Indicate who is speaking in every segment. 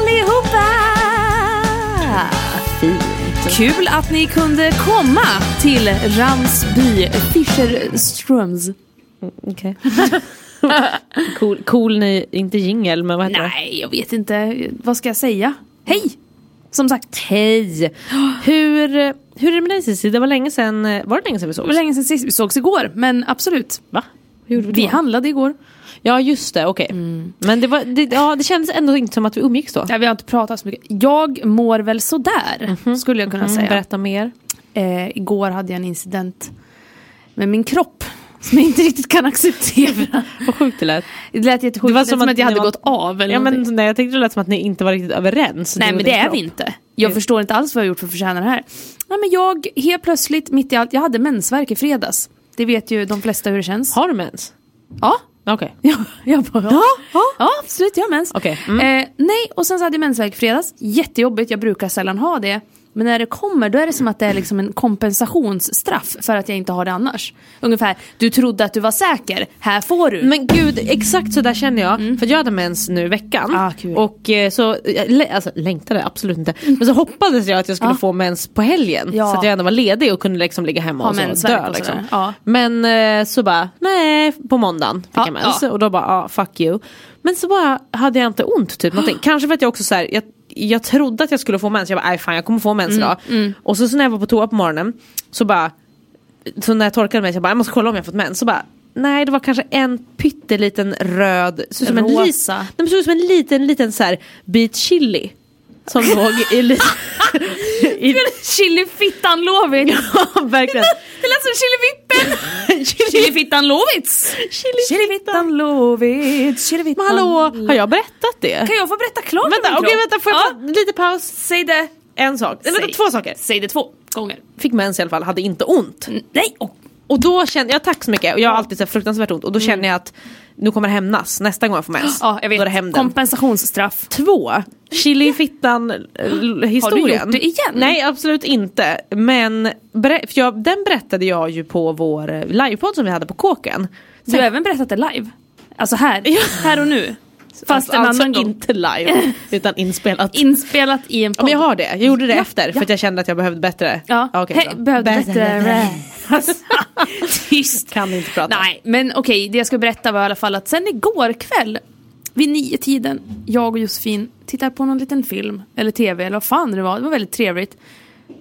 Speaker 1: allihopa! Fint. Kul att ni kunde komma till Ramsby Fischerströms.
Speaker 2: Okej. cool, cool ny, inte jingel men vad heter
Speaker 1: Nej, jag vet inte. Vad ska jag säga? Hej! Som sagt.
Speaker 2: Hej! Hur, hur är det med dig Cissi? Det var länge sedan, var det länge sedan vi
Speaker 1: Det var
Speaker 2: sågs?
Speaker 1: länge sedan sist vi sågs igår, men absolut.
Speaker 2: Va? Hur gjorde
Speaker 1: Vi
Speaker 2: vi då?
Speaker 1: handlade igår.
Speaker 2: Ja just det, okej.
Speaker 1: Mm.
Speaker 2: Men det, var, det, ja, det kändes ändå inte som att vi umgicks då.
Speaker 1: Nej, vi har inte pratat så mycket. Jag mår väl sådär, skulle jag kunna säga.
Speaker 2: Berätta mer.
Speaker 1: Eh, igår hade jag en incident med min kropp som jag inte riktigt kan acceptera.
Speaker 2: Vad sjukt det lät.
Speaker 1: Det lät jättesjukt.
Speaker 2: Det
Speaker 1: Det
Speaker 2: var
Speaker 1: var som,
Speaker 2: som
Speaker 1: att,
Speaker 2: att
Speaker 1: jag hade
Speaker 2: ni var-
Speaker 1: gått av. Eller
Speaker 2: Ja, men,
Speaker 1: någonting.
Speaker 2: nej, jag tänkte det lät som att ni inte var riktigt överens.
Speaker 1: Nej
Speaker 2: Du
Speaker 1: men
Speaker 2: och
Speaker 1: det
Speaker 2: din
Speaker 1: är
Speaker 2: kropp.
Speaker 1: vi inte. Jag
Speaker 2: Det-
Speaker 1: förstår inte alls vad jag har gjort för att förtjäna det här. Nej, men jag helt plötsligt, mitt i allt, jag hade mensvärk i fredags. Det vet ju de flesta hur det känns.
Speaker 2: Har du mens?
Speaker 1: Ja,
Speaker 2: Okej.
Speaker 1: jag, jag bara, ja,
Speaker 2: ja.
Speaker 1: ja, absolut, jag har mens.
Speaker 2: Okej, mm.
Speaker 1: Eh, nej, och sen så hade jag mensvärk i fredags. Jättejobbigt, jag brukar sällan ha det. Men när det kommer, då är det som att det är liksom en kompensationsstraff för att jag inte har det annars. Ungefär, du trodde att du var säker, här får du.
Speaker 2: Men gud, exakt så där känner jag. För jag hade mens nu i veckan.
Speaker 1: Mm. Ah, kul.
Speaker 2: Och eh, så, jag lä- alltså längtade absolut inte. Men så hoppades jag att jag skulle få mens på helgen.
Speaker 1: Ah. Ja.
Speaker 2: Så att jag ändå var ledig och kunde liksom ligga hemma
Speaker 1: Ha
Speaker 2: och så
Speaker 1: mensvärk
Speaker 2: dö.
Speaker 1: och
Speaker 2: liksom.
Speaker 1: sådär. Ja.
Speaker 2: Men eh, så bara, nej, på måndagen fick
Speaker 1: Ja,
Speaker 2: jag mens.
Speaker 1: ja.
Speaker 2: Och då bara, ah, fuck you. Men så bara hade jag inte ont typ någonting. Kanske för att jag också så här, jag, jag trodde att jag skulle få mens. Jag bara, nej fan jag kommer få
Speaker 1: Mm,
Speaker 2: mens idag. Och så, så när jag var på toa på morgonen så bara så när jag torkade mig så jag bara, jag måste kolla om jag fått mens. Så bara, nej det var kanske en pytteliten röd, så som en,
Speaker 1: Rosa.
Speaker 2: lit, nej, men såg ut som en liten liten så här bit chili. Som låg i lite... i,
Speaker 1: Chilifittan Lovits!
Speaker 2: ja verkligen.
Speaker 1: Det lät som Chilivippen! Chilifittan Lovits! Chilifittan Lovits,
Speaker 2: Men
Speaker 1: Chilifittan...
Speaker 2: hallå, har jag berättat det?
Speaker 1: Kan jag få berätta klart om min
Speaker 2: Vänta, okej
Speaker 1: kropp?
Speaker 2: vänta, får jag
Speaker 1: Ja.
Speaker 2: ta lite paus? Säg det. En sak, nej, vänta,
Speaker 1: Säg.
Speaker 2: två saker.
Speaker 1: Säg det två gånger.
Speaker 2: Fick mens i alla fall, hade inte ont.
Speaker 1: Nej! Oh.
Speaker 2: Och då kände jag, tack så mycket, och jag har alltid så här fruktansvärt ont och då känner jag att nu kommer det hämnas nästa gång jag får mens.
Speaker 1: Mm. Ja, jag
Speaker 2: Då är det
Speaker 1: vet.
Speaker 2: hämnden.
Speaker 1: Kompensationsstraff.
Speaker 2: Två, chili i fittan eh, historien.
Speaker 1: gjort det igen?
Speaker 2: Nej absolut inte. Men berä- för jag, den berättade jag ju på vår eh, livepodd som vi hade på kåken.
Speaker 1: Du har även berättat det live. Alltså här, här och nu. Fast en
Speaker 2: alltså
Speaker 1: annan gång.
Speaker 2: inte live, utan inspelat.
Speaker 1: Inspelat i en
Speaker 2: ja, men
Speaker 1: podd.
Speaker 2: jag har det, jag gjorde det
Speaker 1: Ja,
Speaker 2: efter för att jag kände att jag behövde bättre.
Speaker 1: Ja,
Speaker 2: okej,
Speaker 1: Hej,
Speaker 2: bra.
Speaker 1: behövde
Speaker 2: Bättre.
Speaker 1: bättre. Tyst.
Speaker 2: Kan inte prata.
Speaker 1: Nej, men okej, det jag ska berätta var i alla fall att sen igår kväll vid nio tiden, jag och Josefin tittar på någon liten film eller tv eller vad fan det var, det var väldigt trevligt.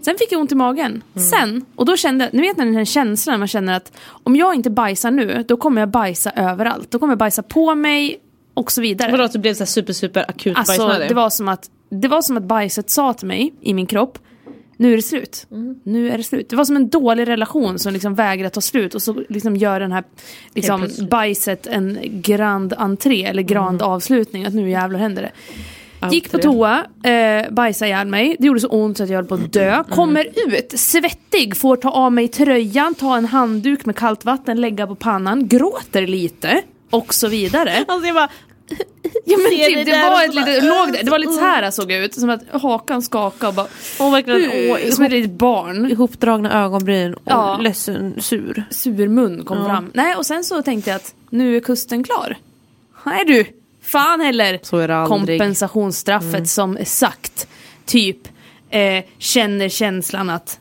Speaker 1: Sen fick jag ont i magen.
Speaker 2: Mm.
Speaker 1: Sen, och då kände, ni vet när den här känslan man känner att om jag inte bajsar nu, då kommer jag bajsa överallt. Då kommer jag bajsa på mig och så vidare.
Speaker 2: Vadå att du blev så här super super akut
Speaker 1: Alltså
Speaker 2: bajsnödig?
Speaker 1: det var, som att, det var som att bajset sa till mig i min kropp nu är det slut. Nu är det slut. Det var som en dålig relation som liksom vägrar ta slut och så liksom gör den här liksom,
Speaker 2: plötsligt.
Speaker 1: bajset en grand entré eller grand avslutning. Att nu jävlar händer det. Gick på
Speaker 2: Entré.
Speaker 1: toa, eh, bajsade ihjäl mig. Det gjorde så ont så att jag höll på att dö. Kommer ut, svettig, får ta av mig tröjan, ta en handduk med kallt vatten, lägga på pannan, gråter lite och så vidare.
Speaker 2: Alltså jag bara,
Speaker 1: Ja, men
Speaker 2: Ser
Speaker 1: typ,
Speaker 2: det
Speaker 1: det,
Speaker 2: där
Speaker 1: var
Speaker 2: och
Speaker 1: ett
Speaker 2: så bara,
Speaker 1: litet, låg där. det var lite så här såg jag ut, som att hakan skakade och bara...
Speaker 2: åh verkligen, åh,
Speaker 1: Uh, som ett litet barn.
Speaker 2: ihopdragna ögonbryn och
Speaker 1: Ja.
Speaker 2: ledsen, sur.
Speaker 1: Sur mun kom fram. Nej, och sen så tänkte jag att nu är kusten klar. Nej du, fan heller.
Speaker 2: Så är det aldrig. Mm.
Speaker 1: Kompensationsstraffet som är sagt. Typ, eh, känner känslan att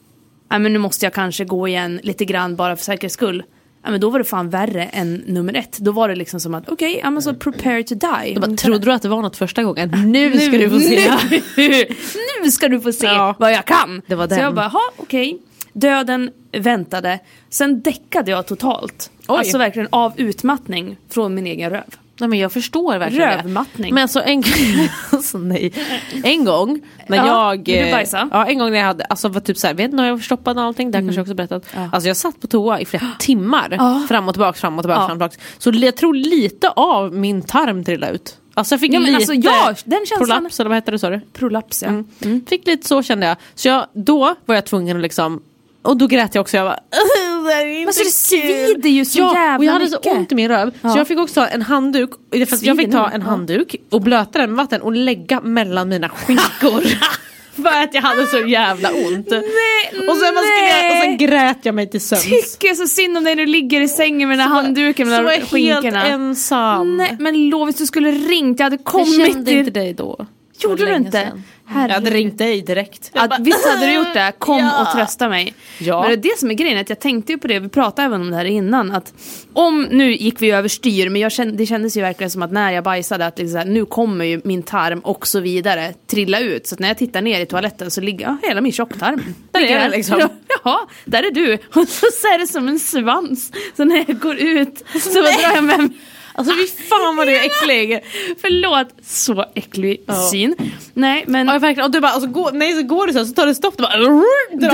Speaker 1: "Nej, men nu måste jag kanske gå igen lite grann bara för säkerhets skull. Ja, men då var det fan värre än nummer ett. Då var det liksom som att okej, okay, I'm så prepare to die.
Speaker 2: Jag bara, trodde du att Mm. det var något första gången? Nu ska du få se.
Speaker 1: Mm. Nu, nu ska du få se
Speaker 2: Ja.
Speaker 1: vad jag kan.
Speaker 2: Det var
Speaker 1: så
Speaker 2: den.
Speaker 1: jag bara, ha okej. Döden väntade. Sen däckade jag totalt.
Speaker 2: Oj.
Speaker 1: Alltså verkligen av utmattning från min egen röv.
Speaker 2: Nej men jag förstår verkligen
Speaker 1: Rövmattning.
Speaker 2: det. Men alltså en, alltså, nej. en gång när
Speaker 1: Ja,
Speaker 2: jag...
Speaker 1: vill du
Speaker 2: eh,
Speaker 1: bajsa? Mm.
Speaker 2: Ja en gång när jag hade, alltså var typ såhär, vet inte om jag var förstoppad och allting, det här kanske jag också berättat. Alltså jag satt på toa i flera timmar, fram och tillbaks, fram och tillbaks,
Speaker 1: Ja.
Speaker 2: fram och tillbaks. Så jag tror lite av min tarm trillade ut. Alltså jag fick
Speaker 1: Ja, men
Speaker 2: lite
Speaker 1: alltså, ja, den känslan- Mm.
Speaker 2: prolaps eller vad heter det sa du?
Speaker 1: Prolaps ja.
Speaker 2: Mm. Fick lite så kände jag. Så jag, då var jag tvungen att liksom och då grät jag också, jag bara det här är inte
Speaker 1: Men så Alltså, det
Speaker 2: kul."
Speaker 1: svider ju så
Speaker 2: Ja,
Speaker 1: jävla
Speaker 2: och jag hade så
Speaker 1: mycket.
Speaker 2: ont i min röv
Speaker 1: Ja.
Speaker 2: så jag fick också ta en handduk, för jag fick ta
Speaker 1: Svider nu.
Speaker 2: en
Speaker 1: Ja.
Speaker 2: handduk och blöta den med vatten och lägga mellan mina skinkor. för att jag hade så jävla ont.
Speaker 1: Nej,
Speaker 2: och, sen bara skulle jag, och sen
Speaker 1: nej.
Speaker 2: grät jag mig till sömns.
Speaker 1: Tycker så synd om dig när du ligger i sängen med den här handduken
Speaker 2: Så var
Speaker 1: mellan
Speaker 2: jag helt
Speaker 1: skinkorna.
Speaker 2: ensam.
Speaker 1: Nej men Lovis du skulle ringt, jag hade
Speaker 2: jag
Speaker 1: kommit
Speaker 2: kände
Speaker 1: till-
Speaker 2: inte dig då. Det var
Speaker 1: Gjorde du
Speaker 2: länge
Speaker 1: inte?
Speaker 2: sedan. Jag hade ringt dig direkt. Jag
Speaker 1: Att,
Speaker 2: bara, "Äh,
Speaker 1: visst hade du gjort det, kom
Speaker 2: Ja.
Speaker 1: och trösta mig.
Speaker 2: Ja.
Speaker 1: Men det är det som är grejen, att jag tänkte ju på det, vi pratade även om det här innan. Att om, nu gick vi överstyr, men jag kände, det kändes ju verkligen som att när jag bajsade, att liksom, så här, nu kommer ju min tarm och så vidare trilla ut. Så att när jag tittar ner i toaletten så ligger ja, hela min tjocktarm. Där
Speaker 2: Ligger
Speaker 1: är
Speaker 2: den
Speaker 1: den
Speaker 2: liksom.
Speaker 1: Ja, Jaha, där är du. Och så, så är det som en svans. Så när jag går ut så bara drar jag med mig
Speaker 2: Alltså
Speaker 1: "Ah,
Speaker 2: fy fan vad du är äcklig.
Speaker 1: Förlåt, så äcklig syn. Nej men...
Speaker 2: Ja, jag verkligen. Och du bara, alltså, gå, nej så går det så här, så tar det stopp, du bara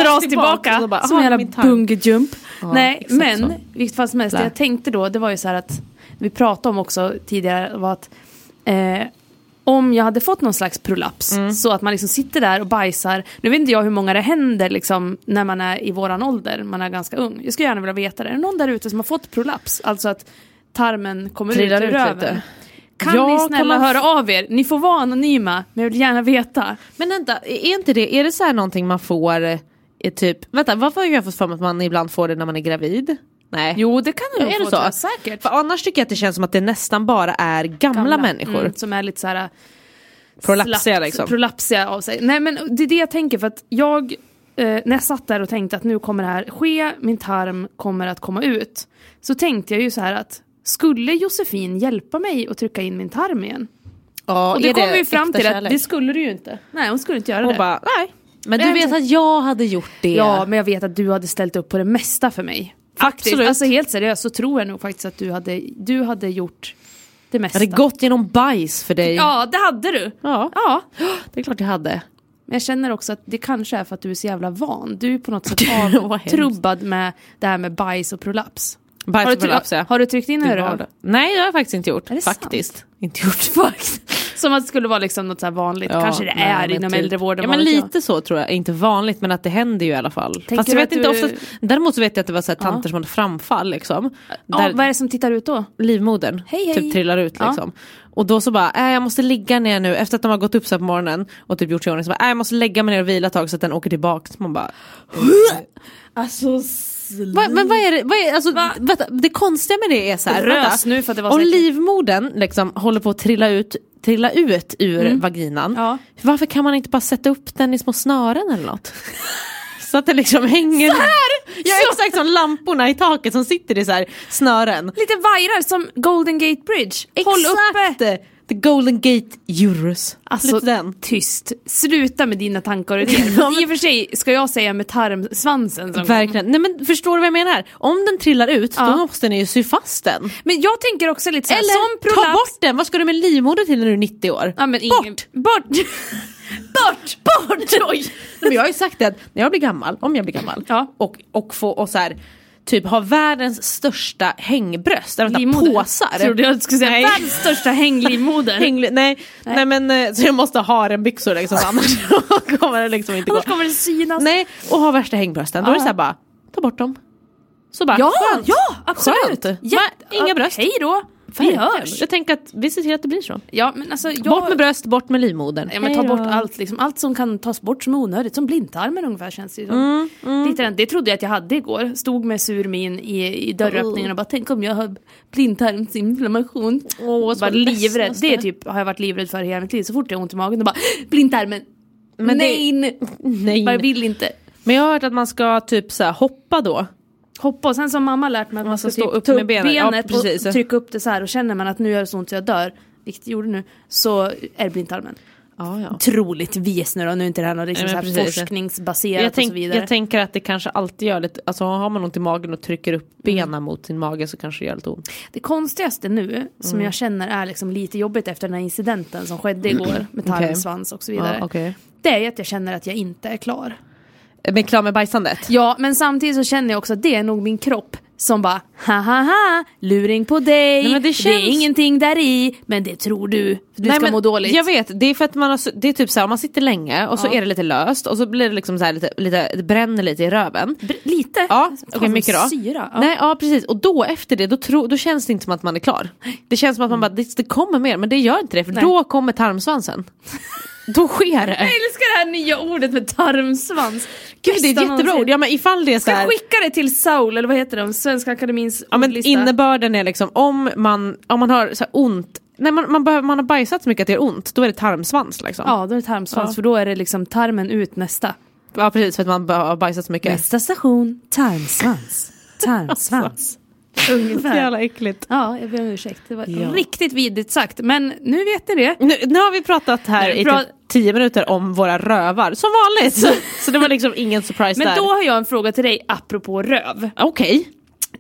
Speaker 1: dras, tillbaka,
Speaker 2: Och så bara,
Speaker 1: som
Speaker 2: aha,
Speaker 1: en
Speaker 2: min
Speaker 1: jävla
Speaker 2: tarm.
Speaker 1: bungyjump. Nej,
Speaker 2: exakt
Speaker 1: men
Speaker 2: så.
Speaker 1: vilket fall som helst, det
Speaker 2: Lä.
Speaker 1: jag tänkte då, det var ju så här att vi pratade om också tidigare var att eh, om jag hade fått någon slags prolaps
Speaker 2: Mm.
Speaker 1: så att man liksom sitter där och bajsar. Nu vet inte jag hur många det händer liksom, när man är i våran ålder, man är ganska ung. Jag skulle gärna vilja veta det. Är det någon där ute som har fått prolaps? Alltså att tarmen kommer
Speaker 2: Trillar
Speaker 1: ut ur
Speaker 2: ut
Speaker 1: röven.
Speaker 2: lite.
Speaker 1: Kan
Speaker 2: Ja,
Speaker 1: ni
Speaker 2: kan
Speaker 1: snälla
Speaker 2: man f-
Speaker 1: höra av er? Ni får vara anonyma, men jag vill gärna veta.
Speaker 2: Men vänta, är inte det, är det så här någonting man får eh, är typ, vänta varför har jag fått för mig att man ibland får det när man är gravid? Nej.
Speaker 1: Jo, det kan du
Speaker 2: är
Speaker 1: nog
Speaker 2: det
Speaker 1: få
Speaker 2: så?
Speaker 1: tror jag, säkert.
Speaker 2: För annars tycker jag att det känns som att det nästan bara är gamla, människor.
Speaker 1: Mm, som är lite så här
Speaker 2: Prolapsiga
Speaker 1: slappt-
Speaker 2: liksom.
Speaker 1: prolapsiga av sig. Nej men det är det jag tänker för att jag, eh, när jag satt där och tänkte att nu kommer det här ske, min tarm kommer att komma ut. Så tänkte jag ju så här att skulle Josefin hjälpa mig att trycka in min tarm igen?
Speaker 2: ja,
Speaker 1: Och det
Speaker 2: är
Speaker 1: kom vi ju fram
Speaker 2: äkta
Speaker 1: till att
Speaker 2: kärlek?
Speaker 1: det skulle du ju inte. Nej hon skulle inte göra
Speaker 2: Och
Speaker 1: det.
Speaker 2: bara, nej. Men du
Speaker 1: Nej,
Speaker 2: vet
Speaker 1: men-
Speaker 2: att jag hade gjort det.
Speaker 1: ja men jag vet att du hade ställt upp på det mesta för mig. Faktiskt.
Speaker 2: Absolut.
Speaker 1: Alltså helt seriöst så tror jag nog faktiskt att du hade, du hade gjort det mesta.
Speaker 2: Jag hade gått genom bajs för dig.
Speaker 1: Ja det hade du.
Speaker 2: Ja.
Speaker 1: Ja.
Speaker 2: det är klart jag hade.
Speaker 1: Men jag känner också att det kanske är för att du är så jävla van. Du är på något sätt
Speaker 2: Vad hemskt.
Speaker 1: avtrubbad med det här med bajs och prolaps.
Speaker 2: Bajs
Speaker 1: Har du,
Speaker 2: och prolaps, ja.
Speaker 1: tryck- har du tryckt in en röv?
Speaker 2: Nej det har jag faktiskt inte gjort.
Speaker 1: Är det
Speaker 2: faktiskt. Inte gjort faktiskt.
Speaker 1: Som att det skulle vara liksom något så här vanligt. kanske det
Speaker 2: nej,
Speaker 1: är
Speaker 2: men
Speaker 1: inom
Speaker 2: typ.
Speaker 1: äldrevården.
Speaker 2: Ja men
Speaker 1: vad vet jag.
Speaker 2: lite så tror jag, inte vanligt men att det händer ju i alla fall. Fast
Speaker 1: du
Speaker 2: jag
Speaker 1: att
Speaker 2: vet inte
Speaker 1: du-
Speaker 2: oftast, däremot så vet jag att det var så här tanter som hade framfall liksom.
Speaker 1: Ja,
Speaker 2: Där
Speaker 1: vad är det som tittar ut då?
Speaker 2: livmodern
Speaker 1: Hej, hej.
Speaker 2: typ trillar ut
Speaker 1: Ja.
Speaker 2: liksom. Och då så bara, äh, jag måste ligga ner nu efter att de har gått upp så här på morgonen och typ gjort sig i ordning. Så bara, äh, jag måste lägga mig ner och vila ett tag så att den åker tillbaks. Man bara,
Speaker 1: Alltså
Speaker 2: Va, men vad är det, vad är, alltså, vänta, det konstiga med det är så här,
Speaker 1: Rös
Speaker 2: vänta.
Speaker 1: nu för att det var
Speaker 2: om
Speaker 1: så äckligt.
Speaker 2: livmodern liksom håller på att trilla ut, trilla ut ur vaginan,
Speaker 1: Mm. Ja.
Speaker 2: varför kan man inte bara sätta upp den i små snören eller något? Så att det liksom hänger... Så här! Ja, exakt som lamporna i taket som sitter i så här snören.
Speaker 1: Lite vajrar som Golden Gate Bridge.
Speaker 2: Håll
Speaker 1: Exakt.
Speaker 2: uppe! eh, The Golden Gate Eurus.
Speaker 1: Alltså
Speaker 2: Lite den.
Speaker 1: tyst, sluta med dina tankar och idéer.
Speaker 2: Ja, men-
Speaker 1: I och för sig ska jag säga med tarmsvansen som kom.
Speaker 2: Verkligen. Nej men förstår du vad jag menar? Om den trillar ut
Speaker 1: Ja.
Speaker 2: då måste ni ju sy fast den.
Speaker 1: Men jag tänker också lite såhär, som
Speaker 2: Eller ta
Speaker 1: prolaps.
Speaker 2: bort den, vad ska du med livmodern till när du är 90 år?
Speaker 1: Ja, men ingen,
Speaker 2: Bort!
Speaker 1: Bort! bort! Bort! Oj!
Speaker 2: Men jag har ju sagt det att när jag blir gammal, om jag blir gammal
Speaker 1: Ja.
Speaker 2: och, och få och så här, typ ha världens största hängbröst, eller vänta,
Speaker 1: Livmoder.
Speaker 2: påsar.
Speaker 1: Trodde jag skulle säga
Speaker 2: Nej.
Speaker 1: världens största hänglivmoder.
Speaker 2: Häng, nej, nej. men eh, så jag måste ha den byxor liksom för annars kommer det liksom inte gå.
Speaker 1: Annars kommer det synas.
Speaker 2: Nej och ha värsta hängbrösten, då är det
Speaker 1: Alltså- Ja.
Speaker 2: såhär bara ta bort dem. Så bara
Speaker 1: Ja,
Speaker 2: skönt.
Speaker 1: ja absolut!
Speaker 2: Skönt.
Speaker 1: Jätte-
Speaker 2: Va, inga bröst.
Speaker 1: Hej då! Vi
Speaker 2: Verkligen.
Speaker 1: hörs!
Speaker 2: Jag tänker att vi ser till att det blir så.
Speaker 1: Ja, men alltså, jag...
Speaker 2: Bort med bröst, bort med livmodern.
Speaker 1: Ja, men ta
Speaker 2: Hej då.
Speaker 1: bort allt, liksom. allt som kan tas bort som är onödigt, som blindtarmen ungefär känns det ju som. Lite den, det trodde jag att jag hade igår, stod med sur min i, i dörröppningen och bara tänk om jag har blindtarmsinflammation.
Speaker 2: Åh, så
Speaker 1: bara
Speaker 2: det
Speaker 1: livrädd,
Speaker 2: ledsnaste.
Speaker 1: det är typ, har jag varit livrädd för hela mitt liv, så fort jag har ont i magen då bara blindtarmen,
Speaker 2: Men det-
Speaker 1: nej, nej,
Speaker 2: Nej.
Speaker 1: bara jag vill inte.
Speaker 2: Men jag har hört att man ska typ så här, hoppa då.
Speaker 1: Hoppa och sen som mamma lärt mig att man
Speaker 2: ska
Speaker 1: ska
Speaker 2: stå
Speaker 1: typ
Speaker 2: upp
Speaker 1: ta
Speaker 2: med
Speaker 1: upp
Speaker 2: benen. Ja,
Speaker 1: benet
Speaker 2: precis.
Speaker 1: och trycka upp det så här och känner man att nu gör det så ont så jag dör, vilket det gjorde nu, så är det blindtarmen.
Speaker 2: Ja, ja.
Speaker 1: troligtvis nu då, nu är inte det här något liksom
Speaker 2: Nej,
Speaker 1: så
Speaker 2: men
Speaker 1: här
Speaker 2: precis.
Speaker 1: forskningsbaserat
Speaker 2: Jag,
Speaker 1: och
Speaker 2: tänk,
Speaker 1: så vidare.
Speaker 2: jag tänker att det kanske alltid gör lite, alltså har man ont i magen och trycker upp
Speaker 1: Mm.
Speaker 2: benen mot sin mage så kanske det gör lite ont.
Speaker 1: det konstigaste nu, som
Speaker 2: Mm.
Speaker 1: jag känner är liksom lite jobbigt efter den här incidenten som skedde igår med tarmsvans och så vidare.
Speaker 2: Ja, okej.
Speaker 1: Det är ju att jag känner att jag inte är klar.
Speaker 2: Men klar med bajsandet?
Speaker 1: Ja, men samtidigt så känner jag också att det är nog min kropp som bara ha ha ha, luring på dig,
Speaker 2: Nej, men det känns-
Speaker 1: är ingenting där i, men det tror du, för du ska
Speaker 2: men
Speaker 1: må dåligt.
Speaker 2: Jag vet, det är för att man har, s- det är typ så här, man sitter länge och så
Speaker 1: Ja.
Speaker 2: är det lite löst och så blir det liksom så här lite, lite det bränner lite i röven.
Speaker 1: Br- Lite?
Speaker 2: Ja,
Speaker 1: Fan,
Speaker 2: okej
Speaker 1: som
Speaker 2: mycket då.
Speaker 1: Syra. Ja.
Speaker 2: Nej, ja precis och då efter det då, tro, då känns det inte som att man är klar. Det känns som att man bara, det, det kommer mer men det gör inte det för
Speaker 1: Nej.
Speaker 2: då kommer tarmsvansen. då sker det.
Speaker 1: Jag älskar det här nya ordet med tarmsvans.
Speaker 2: Gud det är
Speaker 1: Bästa
Speaker 2: ett jättebra
Speaker 1: någonsin.
Speaker 2: ord, ja men ifall det är så
Speaker 1: Ska
Speaker 2: här,
Speaker 1: jag skicka det till Saul, eller vad heter de, Svenska Akademins
Speaker 2: Ja, men
Speaker 1: ordlista?
Speaker 2: innebörden är liksom om man, om man har så här ont, nej man, man, behöver, man har bajsat så mycket att det gör ont, då är det tarmsvans liksom.
Speaker 1: Ja, då är det tarmsvans,
Speaker 2: Ja.
Speaker 1: för då är det liksom tarmen ut nästa.
Speaker 2: Ja, precis för att man bör- har bajsat så mycket.
Speaker 1: Nästa station, tarmsvans. Tarmsvans. Ungefär.
Speaker 2: äckligt.
Speaker 1: Ja, jag ber om ursäkt. Det var riktigt vidrigt sagt, men nu vet ni det.
Speaker 2: Nu, nu har vi pratat här i
Speaker 1: Bra.
Speaker 2: typ tio minuter om våra rövar, som vanligt. Så, så det var liksom ingen surprise
Speaker 1: Men
Speaker 2: där.
Speaker 1: då har jag en fråga till dig apropå röv.
Speaker 2: Okej,